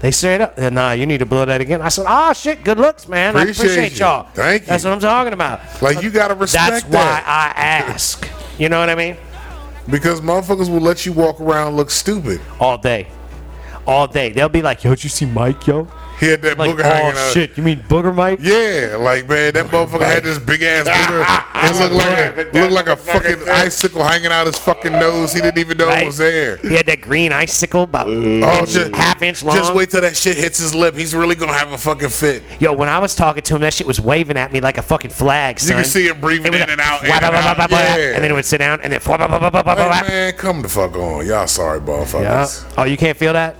A: They straight up, nah, you need to blow that again. I said, ah, shit, good looks, man.
D: Appreciate
A: I appreciate
D: you.
A: y'all.
D: Thank you.
A: That's what I'm talking about.
D: Like you gotta respect
A: That's why
D: that
A: I ask. You know what I mean?
D: because motherfuckers will let you walk around and look stupid.
A: All day. All day. They'll be like, yo, did you see Mike, yo?
D: He had that
A: Like,
D: booger hanging
A: oh,
D: out.
A: shit, you mean Booger Mike?
D: Yeah, like man, that motherfucker had this big ass booger. It looked like a, looked like a fucking icicle hanging out his fucking nose. He didn't even know it
A: Right?
D: was there.
A: He had that green icicle about
D: Oh, just,
A: half inch long.
D: Just wait till that shit hits his lip. He's really gonna have a fucking fit.
A: Yo, when I was talking to him, that shit was waving at me like a fucking flag, son.
D: You can see him breathing
A: It was
D: in and out, in
A: wah,
D: and
A: blah, blah,
D: out.
A: blah, blah, blah,
D: Yeah.
A: and then it would sit down, and then. blah, blah, blah, blah, blah, blah, blah.
D: Hey man, come the fuck on, y'all. Sorry,
A: Yeah.
D: motherfuckers.
A: Oh, you can't feel that?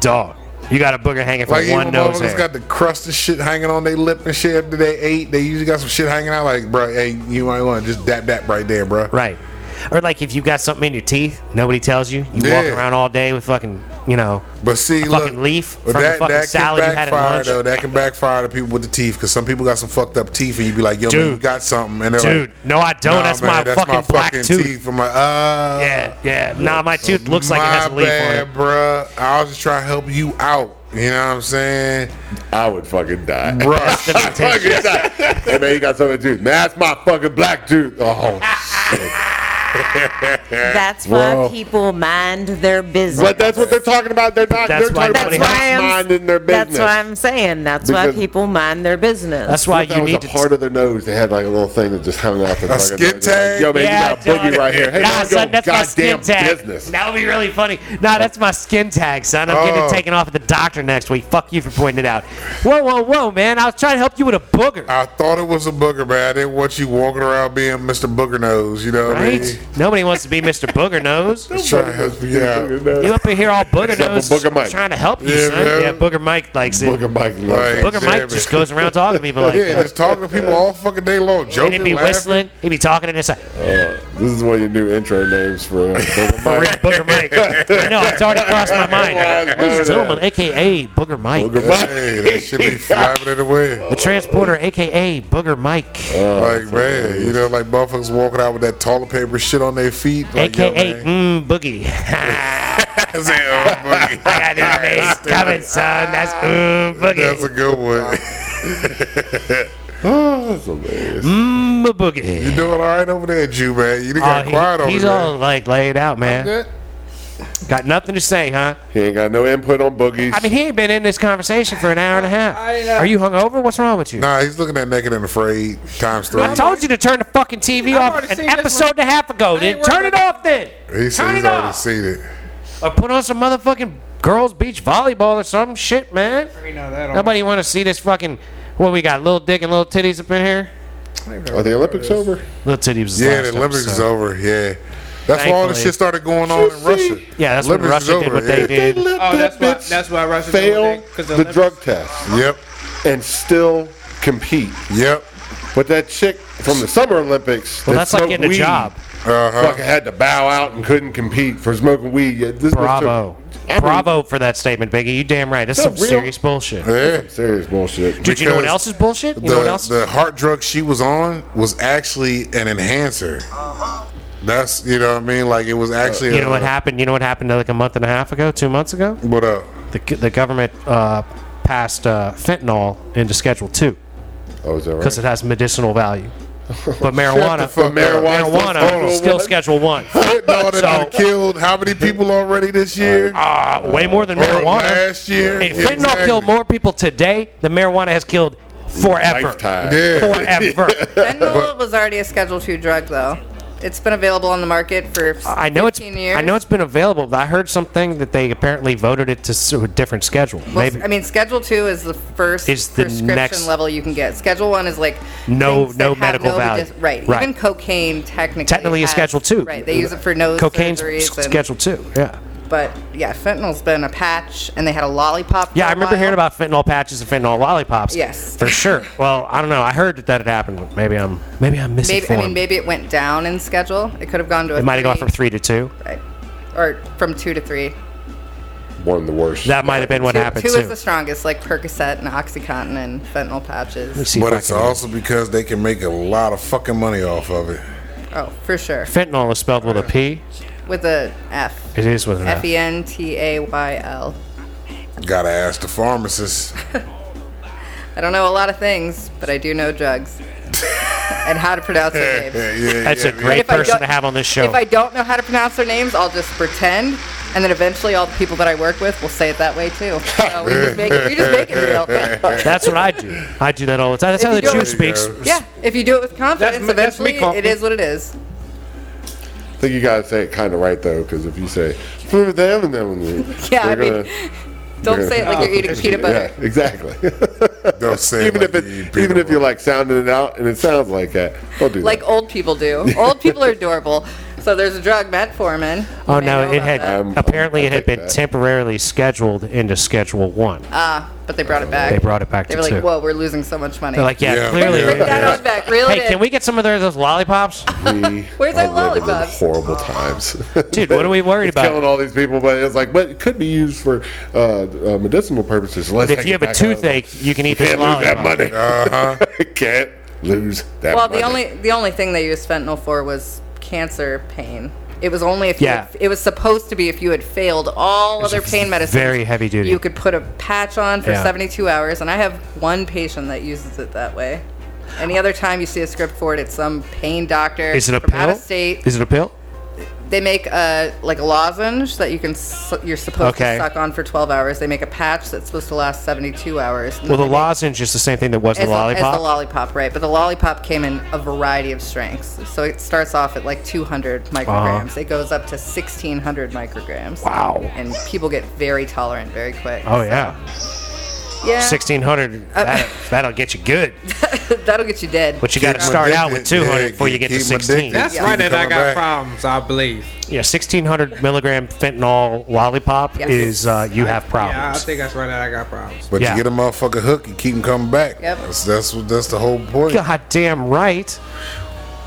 A: Dog. You got a booger hanging from
D: Like
A: one
D: even
A: nose
D: motherfuckers
A: hair.
D: got the crust and shit hanging on their lip and shit after they ate. They usually got some shit hanging out. Like, bro, hey, you might want to just dap dap right there, bro.
A: Right. Or like if you got something in your teeth, nobody tells you. You
D: Yeah.
A: walk around all day with fucking, you know,
D: But see, look,
A: fucking leaf
D: but
A: from the fucking salad you had at lunch.
D: though. That can backfire to people with the teeth because some people got some fucked up teeth, and you be like, "Yo, man,
A: Dude.
D: you got something?" And they're
A: dude.
D: like,
A: no, I don't.
D: "Nah,
A: that's
D: man,
A: my fucking black tooth.
D: teeth." I'm like, "Uh,
A: Yeah, yeah. Nah, my tooth looks like it has a
D: my
A: leaf
D: bad,
A: on it.
D: bruh. I was just trying to help you out. You know what I'm saying,
B: I would fucking die.
D: bruh?
A: That's
B: I'd fucking die. And then you got something to do. That's my fucking black dude. Oh,
C: That's
B: Whoa.
C: why people mind their business.
B: but that's what they're talking about. They're not.
A: That's
B: they're
A: why
B: talking
A: everybody
C: that's
B: about
C: why I'm,
B: minding their business.
C: That's why I'm saying. That's why
B: Because-
C: people mind their business.
A: That's why
B: that
A: Uh, you
B: was
A: need
B: a
A: to.
B: part of their nose. They had like a little thing that just hung off.
D: A skin tag?
B: Yo, man,
A: Yeah,
B: you got a boogie
A: dog.
B: right here. Hey,
A: nah,
B: mind
A: son,
B: your
A: that's my skin
B: goddamn
A: tag.
B: business.
A: That would be really funny. Nah, that's my skin tag, son. I'm getting
D: Oh.
A: it taken off at the doctor next week. Fuck you for pointing it out. Whoa, whoa, whoa, man! I was trying to help you with a booger,
D: I thought it was a booger, but I didn't want you walking around being Mr. Booger Nose. You know what I mean?
A: right? Nobody wants to be Mr. Booger Nose.
D: Just trying to help you out.
A: You up in here all booger
B: Except for
A: nose,
B: Booger Mike.
A: trying to help you,
D: Yeah,
A: son.
D: man.
A: Yeah, Booger Mike likes it.
B: Booger Mike loves
D: Right.
B: it.
A: Booger
D: Damn
A: Mike
D: it.
A: just goes around talking to people like uh,
D: Yeah,
A: that.
D: just talking to people all fucking day long,
A: And
D: joking,
A: he'd be
D: laughing.
A: whistling, he'd be talking, and it's like,
B: This is one of your new intro names for uh, Booger
A: for real,
B: Mike.
A: "Oh, Booger Mike. I know, it's already crossed my mind. I got, This gentleman, a.k.a. Booger Mike.
B: Booger Mike.
D: Hey, that should be flapping it away.
A: The transporter, a.k.a. Booger Mike.
D: Oh, Like, man, you know, like motherfuckers walking out with that toilet paper shit on their feet. Like, yo,
A: a.k.a.
D: man.
A: Mm, Boogie.
D: That's it, oh, boogie.
A: I got your face coming, son. That's Mm,
D: That's a
A: Boogie.
D: good one.
B: That's hilarious.
A: Mm, Boogie.
D: You doing all right over there, Jew, man? You done
A: Oh,
D: got
A: he-
D: quiet over
A: he's
D: there.
A: all like laid out, man.
D: Yeah.
A: Got nothing to say, huh?
B: He ain't got no input on boogies.
A: I mean, he ain't been in this conversation for an hour and a half.
E: I uh, know.
A: Are you hungover? What's wrong with you?
D: Nah, he's looking at Naked and Afraid times three.
A: I told you to turn the fucking TV
E: I've
A: off
E: already
A: an
E: seen this
A: episode
E: one.
A: and a half ago.
E: ain't
A: Then
E: worried
A: turn it
E: about-
A: off. Then
D: He said
A: turn
D: he's
A: it
D: already
A: off.
D: seen it.
A: Or put on some motherfucking girls' beach volleyball or some shit, man.
E: You know that. Nobody.
A: Nobody want to see this fucking. What we got? Little dick and little titties up in here.
B: Are the Olympics over?
A: Little titties. Was
D: Yeah,
A: last
D: the Olympics
A: episode.
D: is over. Yeah, that's why all this
A: Thankfully.
D: shit started going on Oh, in Russia.
A: Yeah, that's
D: Olympics
A: when
D: is
A: Russia did
D: over,
A: what
D: yeah.
A: they did.
B: Let
E: Oh, that's
B: that
E: why.
B: bitch
E: That's why Russia
B: fail
E: because
B: the drug test
D: Yep,
B: and still compete.
D: yep.
B: But that chick from the Summer Olympics
A: Well,
B: that
A: that's like
B: smoked
A: getting a
B: weed uh-huh.
A: job.
D: Uh
B: fucking had to bow out and couldn't compete for smoking weed. Yeah, This bitch
A: Bravo.
B: took- I mean,
A: Bravo for that statement, Biggie. You damn right. That's
B: Is that
A: some
B: real?
A: serious bullshit.
D: huh. Yeah.
B: Serious bullshit.
A: Dude, you know what
D: because
A: else is bullshit? You know what
D: the,
A: else?
D: the heart drug she was on was actually an enhancer. That's you know what I mean. Like it was actually.
A: You know what
D: a-
A: happened? You know what happened like a month and a half ago, two months ago?
D: What up?
A: The, the government uh, passed uh, fentanyl into Schedule Two
B: Oh, is that
A: because
B: right?
A: it has medicinal value. But marijuana,
D: fuck up.
A: marijuana,
B: Marijuana's still
A: is still Schedule One.
D: Fentanyl that done
A: So-
D: killed how many people already this year?
A: Uh, way more than
D: Or
A: marijuana.
D: Last year.
A: If
D: Yeah,
A: fentanyl
D: exactly.
A: killed more people today than marijuana has killed forever.
B: Lifetime.
D: Yeah.
A: Forever.
F: Fentanyl was already a Schedule Two drug, though. It's been available on the market for
A: I know it's
F: 15 years.
A: I know it's been available, but I heard something that they apparently voted it to s- a different schedule.
F: Well,
A: Maybe
F: I mean, Schedule Two is the first
A: It's the
F: prescription
A: next-
F: level you can get. Schedule One is like
A: No-
F: things that
A: no
F: have
A: medical value.
F: medici- right.
A: Right.
F: Even cocaine technically
A: technically a
F: has-
A: Schedule Two.
F: Right. They use it for nose
A: Cocaine's
F: surgeries. and-
A: Schedule Two. Yeah.
F: But yeah, fentanyl's been a patch, and they had a lollipop.
A: Yeah,
F: for
A: I
F: a
A: remember
F: while.
A: hearing about fentanyl patches and fentanyl lollipops.
F: Yes.
A: For sure. Well, I don't know. I heard that that had happened, but maybe I'm maybe I'm
F: Maybe
A: misinformed.
F: I mean, maybe it went down in schedule. It could have gone to. A
A: it might have gone
F: three,
A: from three to two.
F: right, or from two to three.
B: One of the worst.
A: That might have been what
F: two,
A: happened
F: two
A: too.
F: is the strongest, like Percocet and OxyContin and fentanyl
A: Let's
F: patches.
A: see if
D: But
A: I
D: it's
A: can-
D: also because they can make a lot of fucking money off of it.
F: Oh, for sure.
A: fentanyl is spelled with a P.
F: With a F.
A: It is with an
F: F
A: F.
F: E N T A Y L.
D: Gotta ask the pharmacist.
F: I don't know a lot of things, but I do know drugs and how to pronounce their names.
D: Yeah, yeah,
A: That's
D: yeah,
A: a great
F: If I
A: person
F: don't-
A: to have on this show.
F: If I don't know how to pronounce their names, I'll just pretend, and then eventually all the people that I work with will say it that way too. So we just make it, we just make it real.
A: That's what I do. I do that all the time. That's how the
F: If you
A: Jew
F: don't-
A: speaks.
F: Yeah, if you do it with confidence,
E: That's- that's me
F: eventually
E: confident.
F: it is what it is.
B: I think you gotta say it kind of right though, because if you say for them and them, and them,"
F: Yeah, I
B: they're
F: mean, don't say it like you're eating peanut butter.
B: yeah, exactly.
D: Don't say
B: even
D: like
B: if it,
D: you eat peanut
B: even if
D: butter.
B: you're like sounding it out and it sounds like that, don't do
F: Like
B: that.
F: old people do. Old people are adorable. So there's a drug metformin.
A: Oh
F: You may
A: no!
F: know
A: It
F: about
A: had
F: that.
B: Um,
A: apparently it had
B: take
A: been
B: that.
A: temporarily scheduled into Schedule One.
F: Ah, but they brought it back.
A: They brought it back
F: They
A: to
F: were like,
A: two.
F: "Whoa, we're losing so much money."
A: They're like, yeah,
D: Yeah.
A: clearly.
D: Yeah.
F: Bring that on back, reel it
A: Hey,
F: in.
A: can we get some of those, those lollipops,
B: We
F: Where's
B: are
F: our
B: living in
F: lollipops?
B: Horrible times,
A: dude? What are we worried
B: It's killing
A: about?
B: all these people, but it's like, but it could be used for uh, uh, medicinal purposes. Let's
A: If
B: take
A: you
B: it
A: have a
B: back out.
A: toothache, you can eat this
B: can't lose
A: lollipop.
B: that money.
D: Uh-huh.
B: can't lose that.
F: well,
B: money.
F: the only the only thing they used fentanyl for was cancer pain. It was only if
A: Yeah.
F: you had, it was supposed to be if you had failed all other pain medicines.
A: very heavy duty.
F: You could put a patch on for
A: Yeah.
F: 72 hours, and I have one patient that uses it that way. Any other time you see a script for it, it's some pain doctor
A: Is it a
F: from
A: pill?
F: out of state.
A: Is it a pill?
F: They make a like a lozenge that you can s you're supposed
A: Okay.
F: to suck on for 12 hours. They make a patch that's supposed to last 72 hours.
A: Well, the lozenge is the same thing that was the
F: as, a- as
A: lollipop.
F: the lollipop, right? But the lollipop came in a variety of strengths. So it starts off at like 200 micrograms. It goes up to 1600 micrograms.
A: wow.
F: And people get very tolerant very quick.
A: Oh yeah,
F: yeah.
A: sixteen hundred. That'll, that'll get you good.
F: That'll get you dead.
A: But you got to
D: Keep 'em
A: start out with
D: addicted.
A: two hundred
D: Yeah,
A: before you get
D: keep-
A: to
D: keep 'em
A: sixteen.
D: addicted.
E: That's
D: Yeah.
E: why that I
D: Coming
E: got
D: back.
E: problems. I believe.
A: Yeah, sixteen hundred milligram fentanyl lollipop
F: Yes.
A: is uh, you have
E: Yeah, I
A: problems.
E: think that's why that I got problems.
D: But
A: Yeah.
D: you get a motherfucker hook, you keep him coming back.
F: Yep.
D: That's, that's what that's the whole point.
A: God damn right.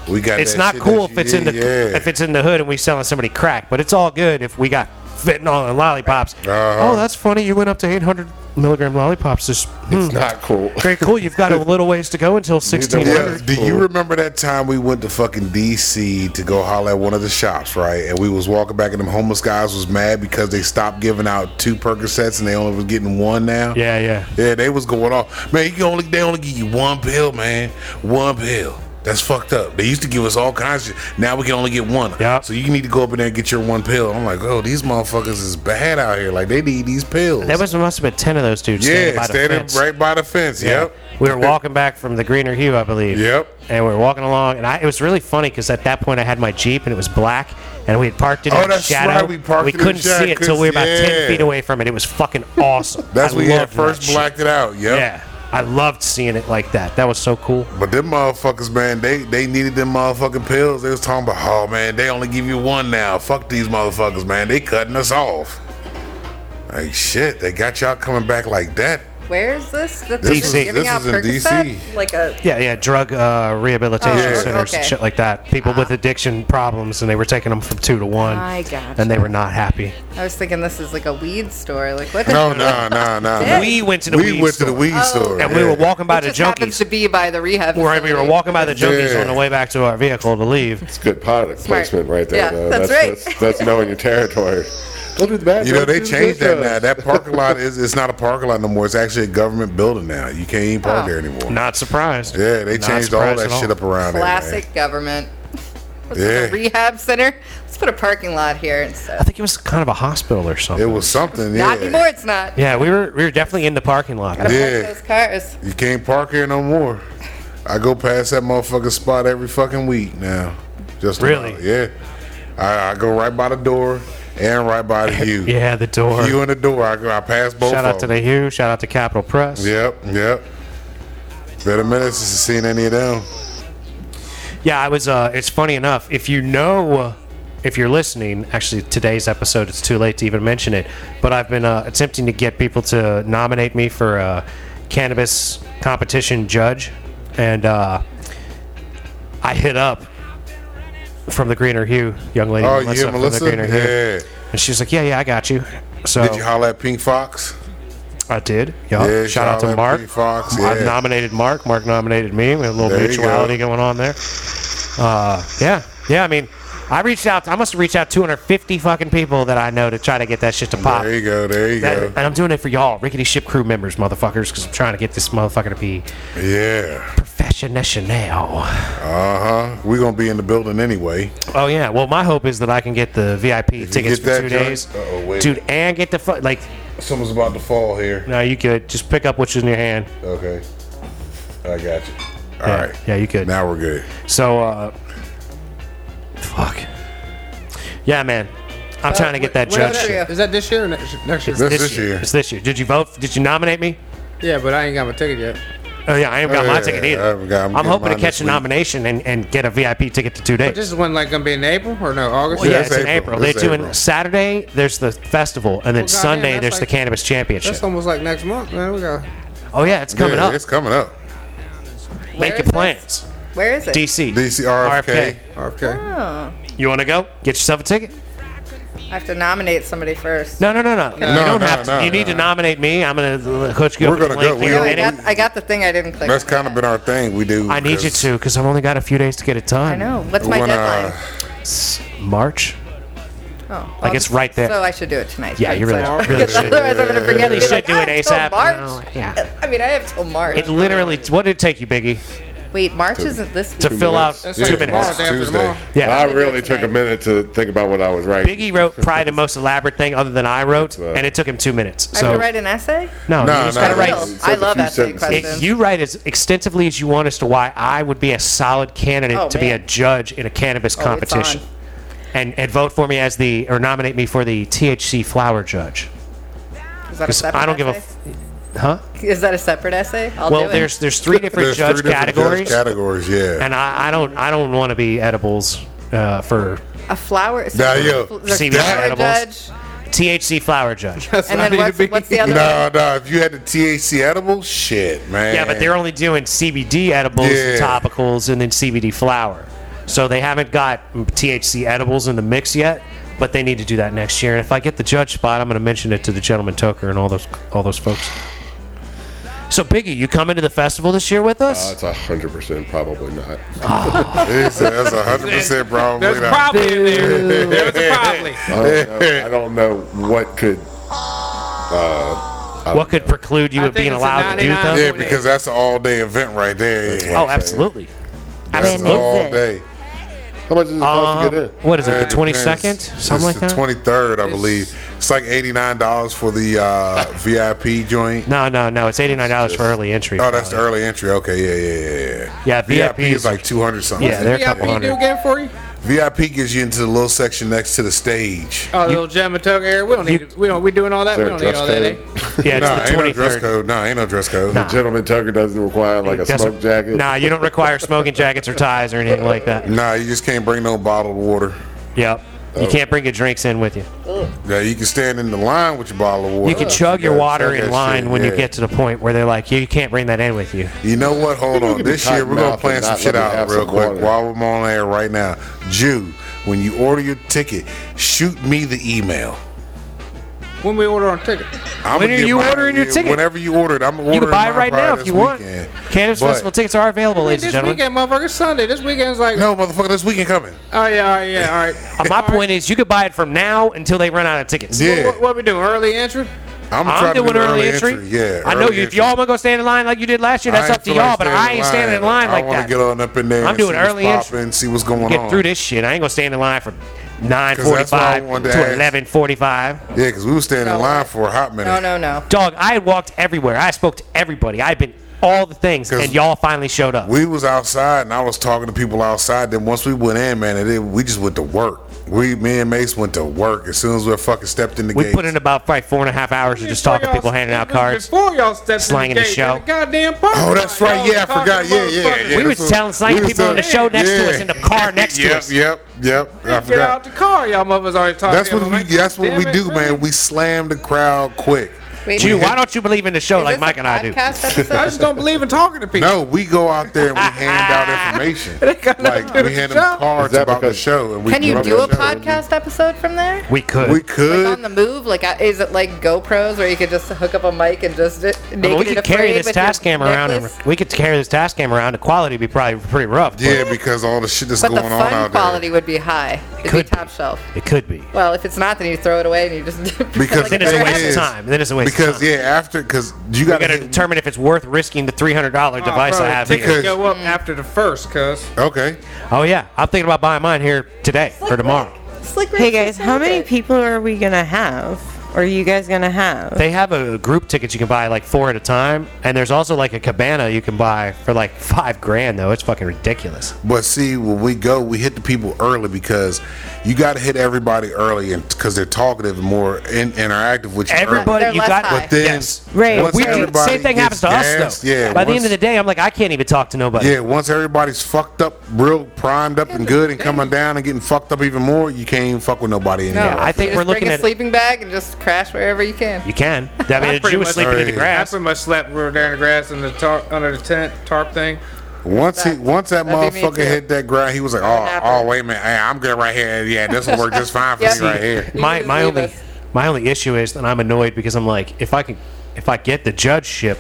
D: We got.
A: it's
D: that
A: not
D: shit
A: cool
D: that
A: if
D: you-
A: it's in the
D: yeah.
A: if it's in the hood and we selling somebody crack, but it's all good if we got fentanyl and lollipops.
D: Uh-huh.
A: Oh, that's funny. You went up to 800 milligram lollipops. This hmm,
B: it's not cool.
A: very cool. You've got a little ways to go until 1600.
D: Yeah, do you remember that time we went to fucking DC to go holler at one of the shops, right? And we was walking back, and them homeless guys was mad because they stopped giving out two Percocets and they only was getting one now.
A: Yeah, yeah.
D: yeah, they was going off. Man, you can only they only give you one pill, man, one pill. That's fucked up. They used to give us all kinds. Of, now we can only get one.
A: Yeah.
D: So you need to go up in there and get your one pill. I'm like, oh, these motherfuckers is bad out here. Like they need these pills.
A: That was must have been ten of those dudes. standing
D: yeah,
A: by the
D: standing
A: fence.
D: right by the fence. Yep.
A: We were walking back from the Greener Hue, I believe.
D: Yep.
A: And we were walking along, and I, it was really funny because at that point I had my Jeep and it was black, and we had parked it
D: Oh,
A: in
D: that's
A: shadow.
D: right, we parked it in
A: couldn't
D: shadow
A: see it till
D: 'cause-
A: we were about
D: yeah.
A: ten feet away from it. It was fucking awesome.
D: That's
A: I
D: when you had
A: loved that
D: first
A: shit.
D: blacked it out. Yep.
A: Yeah, I loved seeing it like that. That was so cool.
D: But them motherfuckers, man, they they needed them motherfucking pills. They was talking about, oh man, they only give you one now. Fuck these motherfuckers, man. They cutting us off. Like shit, they got y'all coming back like that.
F: Where is this? That
D: This
F: they're
A: is-
F: giving
D: this
F: out
D: is in DC.
F: Percocet? Like a
A: Yeah, yeah, drug uh, rehabilitation
F: Oh,
A: centers
F: okay.
A: and shit like that. People with addiction problems, and they were taking them from two to one.
F: I gotcha.
A: And they were not happy.
F: I was thinking this is like a weed store. Like what? The
D: No, no, no, no.
A: We went to the
D: We
A: weed
D: went to
A: store,
D: the weed store,
A: Oh. and we
D: yeah.
A: were walking by
F: it
A: the
F: just happens
A: junkies.
F: to be by the rehab.
A: Where we were
F: facility.
A: walking by the junkies
D: Yeah.
A: on the way back to our vehicle to leave.
B: It's good product
F: Smart.
B: placement right there.
F: Yeah,
B: though.
F: that's right.
B: That's, that's knowing your territory. Don't do the bad
D: You know
B: drugs,
D: they
B: do the
D: changed
B: good
D: that now.
B: drugs.
D: That parking lot is it's not a parking lot no more. It's actually a government building now. You can't even park
F: Oh.
D: there anymore.
A: Not surprised.
D: yeah, they
A: Not
D: changed all
A: surprised
D: that
A: at
D: shit up around there. man.
F: Classic government. What's
D: Yeah.
F: this, a rehab center? Let's put a parking lot here
A: I
F: instead.
A: think it was kind of a hospital or
D: It
A: something.
D: was something. Yeah.
F: Not anymore. It's not.
A: yeah, we were we were definitely in the parking lot.
F: Gotta
D: Yeah.
F: park those cars.
D: You can't park here no more. I go past that motherfucking spot every fucking week now. Just about,
A: Really?
D: yeah. I, I go right by the door and right by the you.
A: Yeah, the door.
D: You in the door. I, go, I pass both.
A: shout out
D: of
A: to
D: them.
A: the Hugh. Shout out to Capital Press.
D: Yep, yep. Been a minute since I seen any of them.
A: Yeah, I was. Uh, it's funny enough. If you know, uh, if you're listening, actually today's episode, it's too late to even mention it. But I've been uh, attempting to get people to nominate me for a cannabis competition judge, and uh, I hit up from the Greener Hue young lady.
D: Oh,
A: Melissa
D: you and
A: from the
D: Melissa?
A: Greener Hue.
D: Yeah.
A: And she's like, "Yeah, yeah, I got you." So
D: Did you holler at Pink Fox?
A: I did. Yeah.
D: Yeah,
A: shout, out
D: shout out
A: to Mark.
D: Pete Fox, yeah.
A: I've nominated Mark. Mark nominated me. We had a little
D: There you
A: mutuality going on there. Uh, yeah. Yeah. I mean, I reached out. I must have reached out 250 fucking people that I know to try to get that shit to pop.
D: There you go. There you
A: That-
D: go.
A: and I'm doing it for y'all, rickety ship crew members, motherfuckers, because I'm trying to get this motherfucker to be
D: Yeah.
A: professional.
D: Uh huh. We're gonna be in the building anyway.
A: Oh yeah. Well, my hope is that I can get the VIP tickets
D: get
A: for
D: that
A: two
D: joint-
A: days,
D: Uh-oh, wait.
A: dude, and get the fu- like.
D: Someone's about to fall here.
A: No, you could just pick up what's in your hand.
D: Okay. I got you. All
A: yeah.
D: right.
A: Yeah, you could.
D: Now we're good.
A: So, uh, fuck. Yeah, man. I'm trying to get that
E: When
A: judge.
E: is
A: shit.
F: year?
E: Is that this year or next, next year?
D: This, this year.
A: It's this year. Did you vote? Did you nominate me?
E: Yeah, but I ain't got my ticket yet.
A: Oh yeah, I ain't got
D: Oh,
A: my
D: yeah,
A: ticket
D: I
A: either.
D: haven't got- I'm
A: I'm
D: getting
A: hoping to
D: mine
A: catch
D: this
A: a
D: week.
A: nomination and, and get a VIP ticket to two days.
E: This is when like gonna be in April or no August?
A: Well, yeah,
D: it's
A: it's in
D: April.
A: April. They're
D: It's
A: doing
D: April.
A: Saturday. There's the festival, and then
E: Oh, goddamn,
A: Sunday
E: that's
A: there's the
E: like-
A: cannabis championship.
E: That's almost like next month, man. We got
A: oh yeah, it's coming
D: Yeah,
A: up.
D: It's coming up.
F: Where
A: Make
F: is
A: your
F: this?
A: plans.
F: Where is it?
A: DC.
D: DC RFK.
E: RFK.
F: Oh,
A: You want to go? Get yourself a ticket.
F: I have to nominate somebody first.
A: No, no, no, no.
E: No,
A: you don't
D: no,
A: have to.
D: no,
A: you need
D: no.
A: to nominate me. I'm gonna coach you.
D: We're
A: up with a
D: gonna
A: link
D: go.
A: to
D: We
A: your
F: No, I
D: already-
A: edit.
F: got, I got the thing I didn't click.
D: That's
F: on
D: kind of been our thing. We do.
A: I need you
D: because
A: to, because I've only got a few days to get it done.
F: I know. What's
D: we
F: my
D: wanna-
F: deadline?
A: It's March.
F: Oh,
A: like, it's right there.
F: So I should do it tonight.
A: Yeah,
F: right?
A: you really,
F: So-
A: really should. do it.
F: Otherwise, I'm gonna forget.
A: Really
F: and be
A: should
F: like,
A: do
F: "I
A: it
F: have till
A: ASAP.
F: March.
A: No, yeah.
F: I mean, I have till March.
A: It literally. What did it take you, Biggie,
F: Wait, March isn't this week.
A: to fill
D: minutes.
A: out
E: That's
A: two
E: like
A: minutes?
E: tomorrow, day after
D: Tuesday.
E: tomorrow.
A: Yeah.
B: I really took a minute to think about what I was writing.
A: Biggie wrote probably the most elaborate thing other than I wrote, and it took him two minutes.
F: I have
A: So
F: to write an essay.
A: no, you
D: No,
A: just
D: no,
A: gotta
D: no.
A: write.
F: Will.
B: It's
F: I
B: like a
F: love
B: few
F: essay
B: sentences.
A: It,
F: questions.
A: you write as extensively as you want as to why I would be a solid candidate
F: Oh,
A: to be a
F: man. Oh,
A: judge in a cannabis
F: it's
A: competition,
F: on.
A: and and vote for me as the or nominate me for the THC flower judge.
F: Is that a
A: 'Cause
F: separate
A: I don't give a,
F: essay?
A: f- huh?
F: Is that a separate essay? I'll do
A: Well,
F: it.
A: there's there's three different
D: There's
A: judge
D: three different judge
A: categories,
D: categories, yeah.
A: and I, I don't I don't want to be edibles uh, for
F: a flower.
D: Nah, yo,
F: there's
A: see
F: a
A: me
F: flower
A: edibles.
F: judge,
A: THC flower judge.
F: and then what's, what's the other?
D: No, no. If you had the THC edible, shit, man.
A: Yeah, but they're only doing CBD edibles, and
D: Yeah.
A: topicals, and then CBD flower. So they haven't got THC edibles in the mix yet, but they need to do that next year. And if I get the judge spot, I'm going to mention it to the gentleman Tucker and all those all those folks. So Biggie, you coming to the festival this year with us?
B: That's a hundred percent probably not.
D: It's- that's a hundred percent probably.
E: There's
D: not.
E: probably in there. There's a probably.
B: I don't know, I don't know what could.
D: Uh,
A: what could preclude you
E: I
A: of
E: think
A: being
E: it's a
A: allowed to do
E: 99
A: them?
D: Yeah, because that's an all-day event right there.
A: Oh, absolutely.
D: That's
C: When
D: all
C: is it?
D: day.
B: How much does it cost to get in?
A: what is it? The
D: It
A: twenty
D: depends.
A: second? Something like
D: it's
A: that.
D: the 23rd, I believe. It's like $89 for the uh, VIP joint.
A: no, no, no. It's eighty nine dollars for early entry.
D: Oh, that's the early entry. Okay, yeah, yeah, yeah, yeah.
A: Yeah,
D: VIP,
A: VIP
D: is like 200 something.
A: Yeah, they're a
E: Yeah,
A: couple
E: you do
A: hundred.
E: again for you?
D: VIP gets you into the little section next to the stage.
E: Oh, the little jam and tug area. We don't need. it. we don't. We doing all that. We
B: Is
E: don't
B: there a
E: need all that. Eh?
B: dress
A: Yeah, it's the
D: nah, ain't no
A: twenty
D: dress
A: third.
D: code. Nah, ain't no dress code.
A: Nah.
B: Gentleman Tucker doesn't require like a smoke jacket.
A: Nah, you don't require smoking jackets or ties or anything like that.
D: Nah, you just can't bring no bottled water.
A: Yep.
D: Oh.
A: You can't bring your drinks in with you.
D: Yeah, you can stand in the line with your bottle of water.
A: You can chug your
D: gotta
A: water
D: chug
A: in
D: that
A: line
D: shit,
A: when you
D: yeah.
A: get to the point where they're like, you can't bring that in with you.
D: You know what? Hold
B: You
D: on.
B: can be
D: This year we're gonna
B: cotton-mouthed
D: plan
B: and
D: some
B: not
D: shit
B: let me
D: out
B: have
D: real
B: some
D: quick
B: water.
D: while I'm on air right now. Jew, when you order your ticket, shoot me the email.
E: When we order on ticket.
D: I'm
A: When are you ordering your ticket?
D: Whenever you order it, I'm ordering.
A: You can buy it
D: mine
A: right
D: prior
A: now
D: to
A: if you
D: this
A: want.
D: weekend.
A: Cannabis
D: But-
A: Festival tickets are available,
E: Hey,
A: ladies and
E: this
A: gentlemen.
E: weekend, motherfucker, Sunday. This weekend's like.
D: No, motherfucker, this weekend coming.
E: Oh yeah, all right, yeah, all right.
A: Uh, My point is, you could buy it from now until they run out of tickets.
D: Yeah.
E: What, what we doing? Early entry?
D: I'm,
A: I'm
D: trying to
A: doing
D: do
A: early entry.
D: Yeah,
A: I know
D: early
A: you, if
D: entry.
A: y'all want to go stand in line like you did last year, that's
D: I
A: up to
D: ain't feel like
A: y'all, but I ain't standing in line like
D: I want
A: that.
D: to get on up in there.
A: I'm
D: and
A: doing
D: see what's
A: early entry.
D: popping, See what's going
A: Get
D: on.
A: through this shit. I ain't going to stand in line from 9.45
D: that's what I wanted to ask.
A: to 11.45.
D: Yeah, because we were standing in
F: No.
D: line for a hot minute.
F: No, no, no.
A: Dog, I had walked everywhere. I spoke to everybody. I've been all the things,
D: 'Cause
A: and y'all finally showed up.
D: We was outside and I was talking to people outside. Then once we went in, man, it, we just went to work. We, me and Mace went to work as soon as we fucking stepped in the
A: We
D: gate.
A: put in about like four and a half hours of just talking to people, handing out cards.
E: Before y'all stepped
A: slanging the
E: in the, gate,
A: show.
E: in goddamn parking
D: Oh, that's
E: lot,
D: right.
E: y'all
D: Yeah, I
E: talking
D: forgot. Yeah,
E: to
D: yeah,
E: motherfuckers.
D: yeah.
A: We was
D: that's what-
A: telling slanging
D: we was
A: people in the show
D: telling-
A: next to us, in the car next to
D: yep,
A: us.
D: Yep, yep, I
E: Get out
D: forgot.
E: the car, y'all motherfuckers already talking.
D: That's what we. That's what we do, man. We slam the crowd quick.
F: Wait,
A: Jew, why don't you believe in the show
F: is
A: like
F: this
A: Mike
F: a
A: and I do?
F: podcast
E: I
F: episode?
E: just don't believe in talking to people.
D: No, we go out there and we hand out information.
E: got nothing
D: Like
E: to do
D: we
E: with
D: hand
E: the
D: them
E: show.
D: cards
B: Is that
D: about the
B: because-
D: show, and we
F: Can you
D: promote
F: do a
D: the show.
F: podcast episode from there?
A: We could.
D: We
F: Like
D: could.
F: on the move? Like, I- is it like GoPros where you could just hook up a mic and just it-
A: I
F: naked
A: mean, we
F: and
A: could carry
F: afraid
A: this
F: with your
A: task cam around, and
F: necklace?
A: we could carry this task cam around. The quality would be probably pretty rough. but
D: Yeah, because all the shit that's
F: But
D: going
F: the
D: on
F: fun
D: out there.
F: quality would be high. It'd
A: could
F: be
A: be.
F: top shelf.
A: it could be.
F: Well, if it's not, then you throw it away and you just
D: Because
F: like
A: Then it's a
D: thing
A: waste of
D: is-
A: time. Then it's a waste of
D: Because
A: time.
D: yeah, after because you
A: We
D: got
A: got to determine if it's worth risking the three hundred dollar
E: Oh,
A: device
E: bro,
A: I have
E: tickets
A: here.
D: because-
E: go up after the first, cuz.
D: Okay,
A: Oh yeah, I'm thinking about buying mine here today or tomorrow.
F: Slick Rick
C: Hey guys,
F: said
C: how
F: it.
C: many people are we gonna have? Or are you guys gonna have?
A: They have a group tickets you can buy like four at a time, and there's also like a cabana you can buy for like five grand though. It's fucking ridiculous.
D: but see, when we go, we hit the people early because you got to hit everybody early, and because they're talkative and more in, interactive with you. early.
A: Everybody,
F: They're
A: you
F: less
A: got
F: high.
D: But then,
A: yes.
C: Right.
D: once
A: We do,
D: everybody
A: same thing happens
D: gets
A: to us
D: gassed,
A: though.
D: Yeah.
A: By the
D: once-
A: end of the day, I'm like, I can't even talk to nobody.
D: Yeah, once everybody's fucked up, real primed up and good, and coming down and getting fucked up even more, you can't even fuck with nobody anymore.
A: I think
F: Just
A: we're
F: bring
A: looking
F: a
A: at.
F: sleeping bag and just crash wherever you can.
A: You can. I mean, the
E: pretty
A: Jew was
E: much-
A: sleeping in the
D: Alright.
E: I
A: grass.
E: pretty much slept. We were down in the grass in the tar- under the tent tarp thing.
D: once he,
F: That-
D: once that
F: that'd be me
D: motherfucker
F: too.
D: hit that ground, he was like, "Oh,
F: happened.
D: oh, wait a minute, hey, I'm good right here. Yeah, this will work just fine for
F: Yeah.
D: me right here."
A: my
F: can
A: my
F: leave
A: only
F: us.
A: my only issue is that I'm annoyed because I'm like, if I can, if I get the judgeship,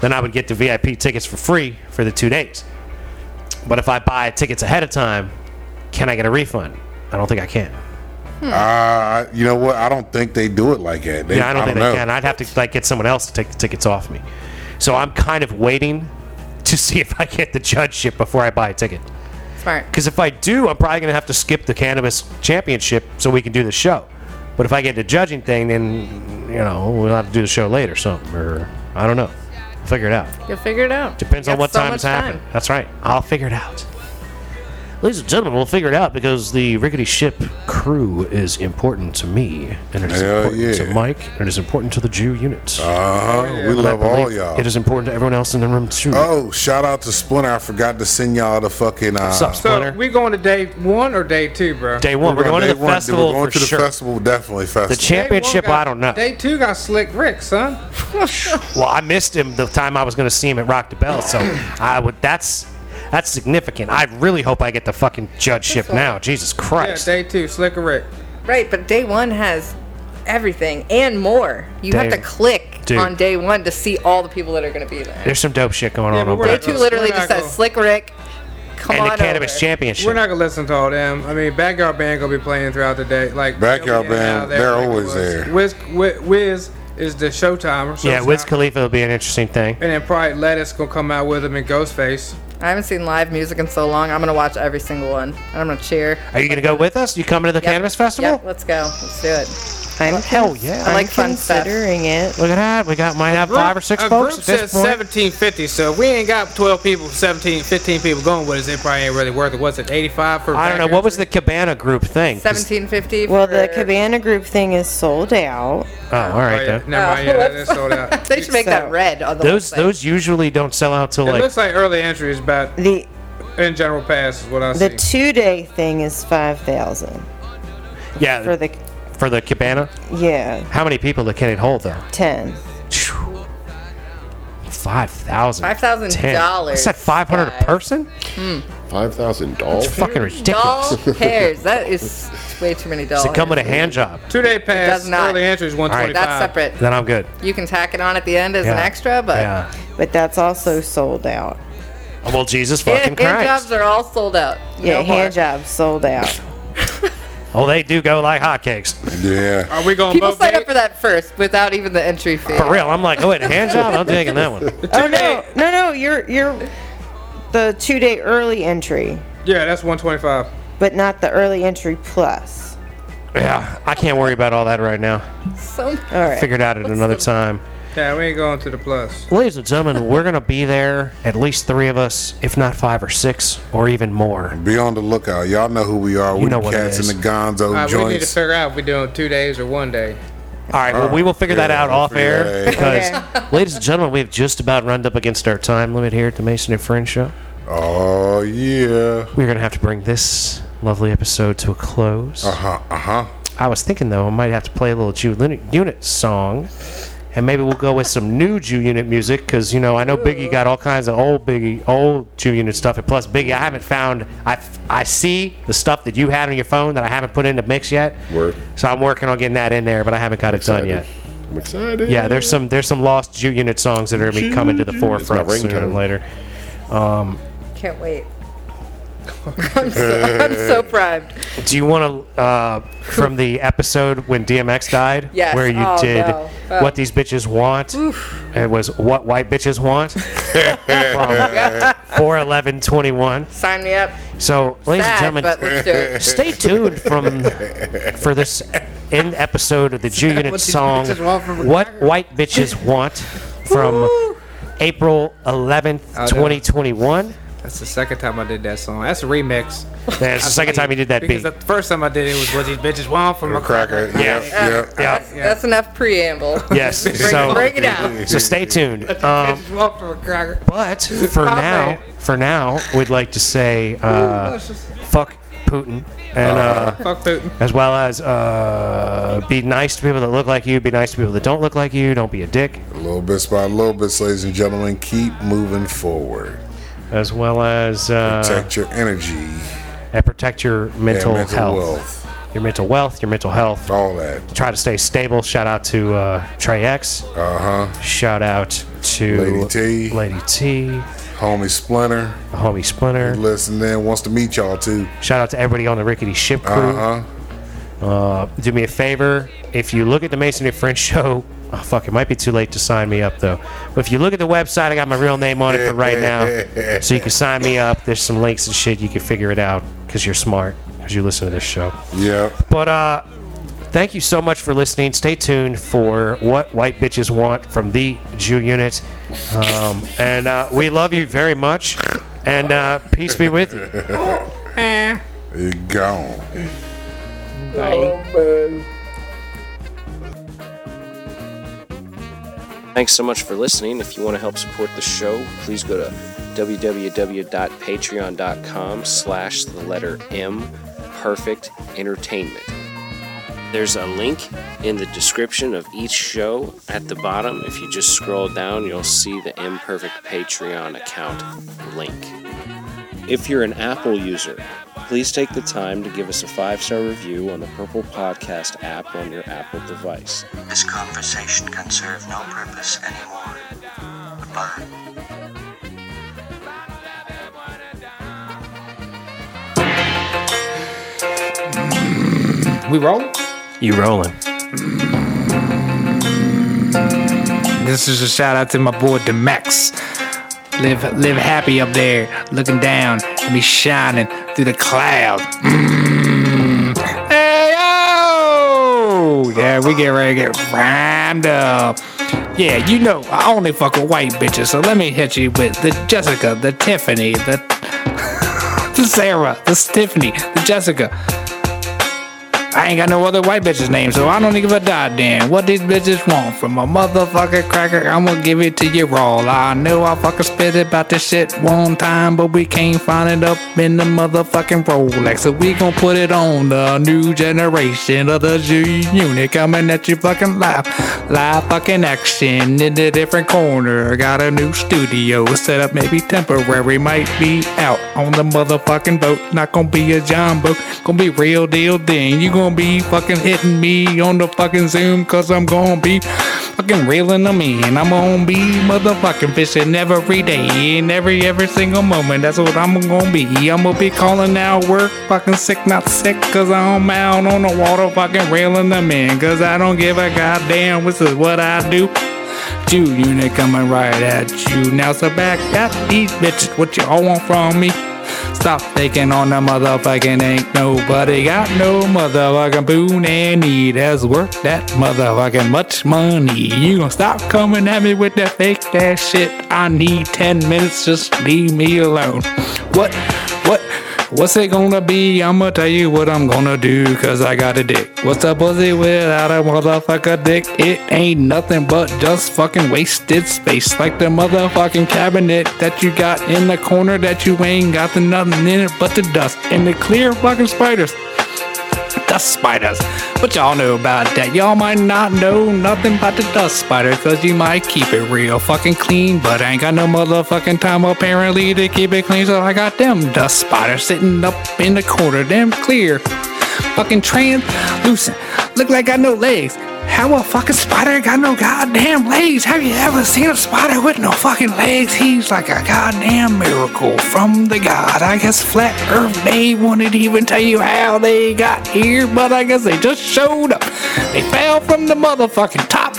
A: then I would get the VIP tickets for free for the two days. But if I buy tickets ahead of time, can I get a refund? I don't think I can.
D: Uh, you know what? I don't think they do it like that. They,
A: yeah, I don't think
D: know.
A: they can. I'd have to like get someone else to take the tickets off me. So I'm kind of waiting to see if I get the judgeship before I buy a ticket.
F: Smart.
A: Because if I do, I'm probably going to have to skip the cannabis championship so we can do the show. But if I get the judging thing, then you know we'll have to do the show later, or something, or I don't know. Figure it out.
F: You'll figure it out.
A: Depends
F: You
A: on
F: got
A: what
F: so
A: time
F: much
A: it's happening. That's right. I'll figure it out. Ladies and gentlemen, we'll figure it out because the rickety ship crew is important to me, and it is
D: Hell
A: important to
D: yeah.
A: Mike, and it is important to the Jew units.
D: Uh-huh. We
A: And I
D: love all
A: believe
D: y'all.
A: It is important to everyone else in the room too.
D: oh, shout out to Splinter. I forgot to send y'all the fucking. Uh,
A: What's up,
E: So
A: Splinter?
E: we going to day one or day two, bro?
A: Day one, we're, going,
D: day
A: to the
D: one, dude,
A: festival
D: We're going
A: for
D: to the
A: sure.
D: festival, definitely
A: The
D: festival.
E: Day one
A: championship,
E: got-
A: I don't know.
E: Day two got Slick Rick, son.
A: Well, I missed him the time I was going to see him at Rock the Bell, so I would. That's that's significant. I really hope I get the fucking judgeship now. Jesus
E: Yeah,
A: Christ!
E: day two, Slick Rick.
F: Right, but day one has everything and more. You
A: Day-
F: have to click
A: Dude.
F: on day one to see all the people that are going to be there.
A: There's some dope shit going
E: Yeah,
A: on
E: but
A: over
E: we're
F: Day
A: there.
E: not
F: two
E: gonna-
F: literally
E: we're not
F: just says
E: gonna-
F: Slick Rick. Come
A: And
F: on
A: the cannabis
F: over.
A: championship.
E: We're not gonna listen to all them. I mean, backyard band gonna be playing throughout the day. Like
D: Backyard
E: they'll be in and out of
D: Band, they're
E: like it
D: always
E: was.
D: there.
E: Wiz, Wiz, Wiz is the showtimer.
A: yeah, Wiz
E: showtime.
A: Khalifa will be an interesting thing.
E: And then probably Lettuce gonna come out with him in Ghostface.
F: I haven't seen live music in so long. I'm gonna watch every single one, and I'm gonna cheer.
A: Are you going to go with us? You coming to the
F: Yep.
A: Cannabis Festival?
F: Yep, let's go. Let's do it.
C: I'm
A: Hell yeah.
F: I
C: I'm
F: like fun stuff.
C: considering it.
A: Look at that. We got might have five or six
E: a
A: folks
E: group
A: at this
E: says
A: point.
E: 1750, so if we ain't got 12 people, 17, 15 people going with us, it probably ain't really worth it. What's it, 85 for
A: I don't know. What was the Cabana group thing? 'Cause-
F: 1750.
C: Well, the
F: for-
C: Cabana Group thing is sold out.
A: Oh, all
E: Oh,
A: right.
E: yeah.
A: then.
E: Never mind. Yeah, that is sold out.
F: They should make
C: So-
F: that red on the
A: Those
F: website.
A: those usually don't sell out till
E: It
A: like
E: looks like early entry is about
C: The
E: in general pass is what I
C: the
E: see.
C: two day thing is five thousand
A: yeah
C: for the
A: for the Cabana.
C: yeah
A: How many people can it hold though?
C: ten.
A: Five thousand.
F: $5,000.
A: Is that five hundred a
F: Guys.
A: person?
B: Five thousand dollars.
A: Fucking ridiculous.
F: doll hairs. That is way too many doll
A: Does it come with a
F: hairs.
A: hand job?
E: Two day pass,
F: does not.
E: early entry is
A: right.
E: 125.
F: That's separate.
A: Then I'm good.
F: You can tack it on at the end as an
A: Yeah.
F: extra, but
A: Yeah.
C: But that's also sold out.
A: Oh, Well, Jesus fucking
F: hand, hand
A: Christ.
F: jobs are all sold out.
C: Yeah,
F: No more.
C: hand jobs sold out.
A: Oh, they do go like hotcakes.
D: Yeah.
E: Are we going
F: People
E: both
F: sign
E: days?
F: up for that first without even the entry fee.
A: For real. I'm like, oh, wait, a hand job? I'm taking that one.
C: oh no, no, no! You're you're the two day early entry,
E: Yeah, that's 125.
C: but not the early entry plus.
A: Yeah. I can't worry about all that right now.
F: So
C: All right.
A: Figured out at another time.
E: Yeah, we ain't going to the plus.
A: Ladies and gentlemen, we're going to be there, at least three of us, if not five or six, or even more.
D: Be on the lookout. Y'all know who we are. We
A: know
D: the
A: what it
D: cats
A: is.
D: and the gonzo
E: Uh, we need to
D: joints.
E: figure out if we're doing two days or one day.
A: All right, well, we will figure that
D: yeah,
A: out off air
D: yeah.
A: because, ladies and gentlemen, we've just about run up against our time limit here at the Mason and Friend Show.
D: oh yeah.
A: We're going to have to bring this lovely episode to a close.
D: Uh huh. Uh huh.
A: I was thinking though, I might have to play a little Jew Lin- Unit song, and maybe we'll go with some new Jew Unit music because you know I know Biggie got all kinds of old Biggie, old Jew Unit stuff, and plus Biggie, I haven't found I I see the stuff that you had on your phone that I haven't put into mix yet.
B: Word.
A: So I'm working on getting that in there, but I haven't got it done yet.
B: I'm excited.
A: Yeah, there's some there's some lost Jew Unit songs that are gonna be coming to the forefront
B: ringtone.
A: sooner or later.
F: can't wait. I'm, so, I'm so primed.
A: Do you want to uh, from the episode when DMX died,
F: Yes.
A: where you
F: Oh,
A: did
F: no. Oh.
A: what these bitches want? It was what white bitches want. Four eleven twenty one.
F: Sign me up.
A: So, ladies
F: Sad,
A: and
F: but
A: gentlemen,
F: let's do it.
A: stay tuned from for this end episode of the Jew Unit
E: these
A: song
E: bitches want from
A: "What White Bitches Want" from April eleventh,
E: I know.
A: twenty twenty one.
E: That's the second time I did that song. That's a remix.
A: That's the second time you did that
E: because
A: beat.
E: the first time I did it was what these bitches want from a cracker.
D: Cracker. Yeah. Yep. yep.
A: Yeah.
F: That's enough preamble.
A: Yes.
F: Break,
A: So-
F: break
B: Oh,
F: it down.
A: So stay tuned. Um,
E: Bitches want from a cracker.
A: But for
E: Stop
A: now,
E: it.
A: for now, we'd like to say uh, fuck Putin, and
D: Uh-huh.
A: uh,
E: Fuck Putin.
A: as well as uh, be nice to people that look like you. Be nice to people that don't look like you. Don't be a dick.
D: Little bits by little bits, ladies and gentlemen. Keep moving forward.
A: As well as uh,
D: Protect your energy
A: and protect your mental,
D: and mental
A: health,
D: wealth.
A: your mental wealth, your mental health.
D: All that.
A: Try to stay stable. Shout out to uh, Trey X.
D: Uh huh.
A: Shout out to
D: Lady T.
A: Lady T,
D: Homie Splinter.
A: the homie Splinter.
D: Listen, then wants to meet y'all too.
A: Shout out to everybody on the Rickety Ship crew.
D: Uh huh.
A: Uh, do me a favor. If you look at the Masonry French show, oh, fuck, it might be too late to sign me up though. But if you look at the website, I got my real name on it for right now, so you can sign me up. There's some links and shit. You can figure it out because you're smart because you listen to this show.
D: Yep.
A: But uh, thank you so much for listening. Stay tuned for what white bitches want from the Jew Unit, um, and uh, we love you very much. And uh, peace be with you.
D: You gone.
G: Thanks so much for listening. If you want to help support the show, please go to www.patreon.com slash the letter M Perfect Entertainment. There's a link in the description of each show at the bottom. If you just scroll down, you'll see the Imperfect Patreon account link. If you're an Apple user, please take the time to give us a five star review on the Purple Podcast app on your Apple device.
H: This conversation can serve no purpose anymore. Goodbye.
E: We roll.
A: You rolling?
E: This is a shout out to my boy Demax. Live, live happy up there, looking down at me shining through the clouds. Mm. Hey, oh! Yeah, we get ready to get rhymed up. Yeah, you know, I only fuck with white bitches, so let me hit you with the Jessica, the Tiffany, the, the Sarah, the Tiffany, the Jessica. I ain't got no other white bitch's name, so I don't give a goddamn what these bitches want from a motherfucker cracker. I'm gonna give it to you raw. I know I fucking spit about this shit one time, but we can't find it up in the motherfucking Rolex. So we gonna put it on the new generation of the G unit coming at you fucking live, live fucking action in a different corner. Got a new studio set up, maybe temporary, might be out on the motherfucking boat. Not gonna be a jumbo, gonna be real deal then. You gonna be fucking hitting me on the fucking Zoom, cause I'm gonna be fucking reeling them in. I'm gonna be motherfucking fishing every day, in every, every single moment. That's what I'm gonna be. I'm gonna be calling out work, fucking sick, not sick, cause I'm out on the water, fucking reeling them in, cause I don't give a goddamn. This is what I do. Jew unit coming right at you. Now, so back at these bitches, what you all want from me? Stop thinking on the motherfucking ain't nobody got no motherfucking boon and need has worth that motherfucking much money. You gonna stop coming at me with that fake ass shit? I need 10 minutes, just leave me alone. What? What? What's it gonna be? I'ma tell you what I'm gonna do, cause I got a dick. What's a pussy without a motherfucker dick? It ain't nothing but just fucking wasted space. Like the motherfucking cabinet that you got in the corner that you ain't got the nothing in it but the dust and the clear fucking spiders dust spiders. But y'all know about that. Y'all might not know nothing about the dust spider, cause you might keep it real fucking clean. But I ain't got no motherfucking time apparently to keep it clean, so I got them dust spiders sitting up in the corner, them clear. Fucking translucent. Look like I got no legs. How a fucking spider got no goddamn legs? Have you ever seen a spider with no fucking legs? He's like a goddamn miracle from the god. I guess Flat Earth Day wouldn't even tell you how they got here, but I guess they just showed up. They fell from the motherfucking top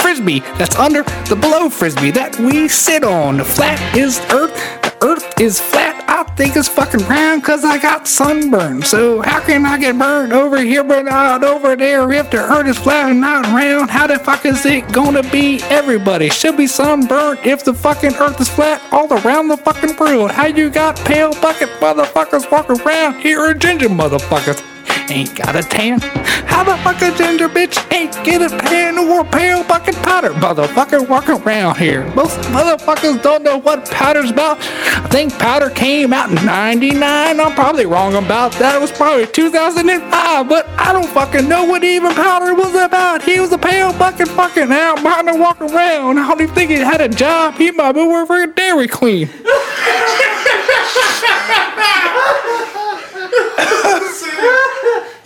E: frisbee that's under the below frisbee that we sit on. The flat is Earth. The Earth is flat. I think it's fucking round because I got sunburned. So how can I get burned over here but not over there if the earth is flat and not round? How the fuck is it gonna be everybody? Should be sunburned if the fucking earth is flat all around the fucking world. How you got pale bucket motherfuckers walking around here are ginger motherfuckers? Ain't got a tan. How the fuck a ginger bitch ain't get a tan or a pale fucking powder? Motherfucker walking around here. Most motherfuckers don't know what powder's about. I think powder came out in 99. I'm probably wrong about that. It was probably 2005, but I don't fucking know what even powder was about. He was a pale fucking fucking albino walking around. I don't even think he had a job. He might be working for a Dairy Queen.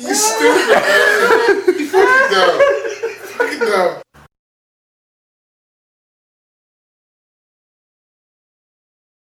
D: You stupid. you fucking dumb. Fucking dumb.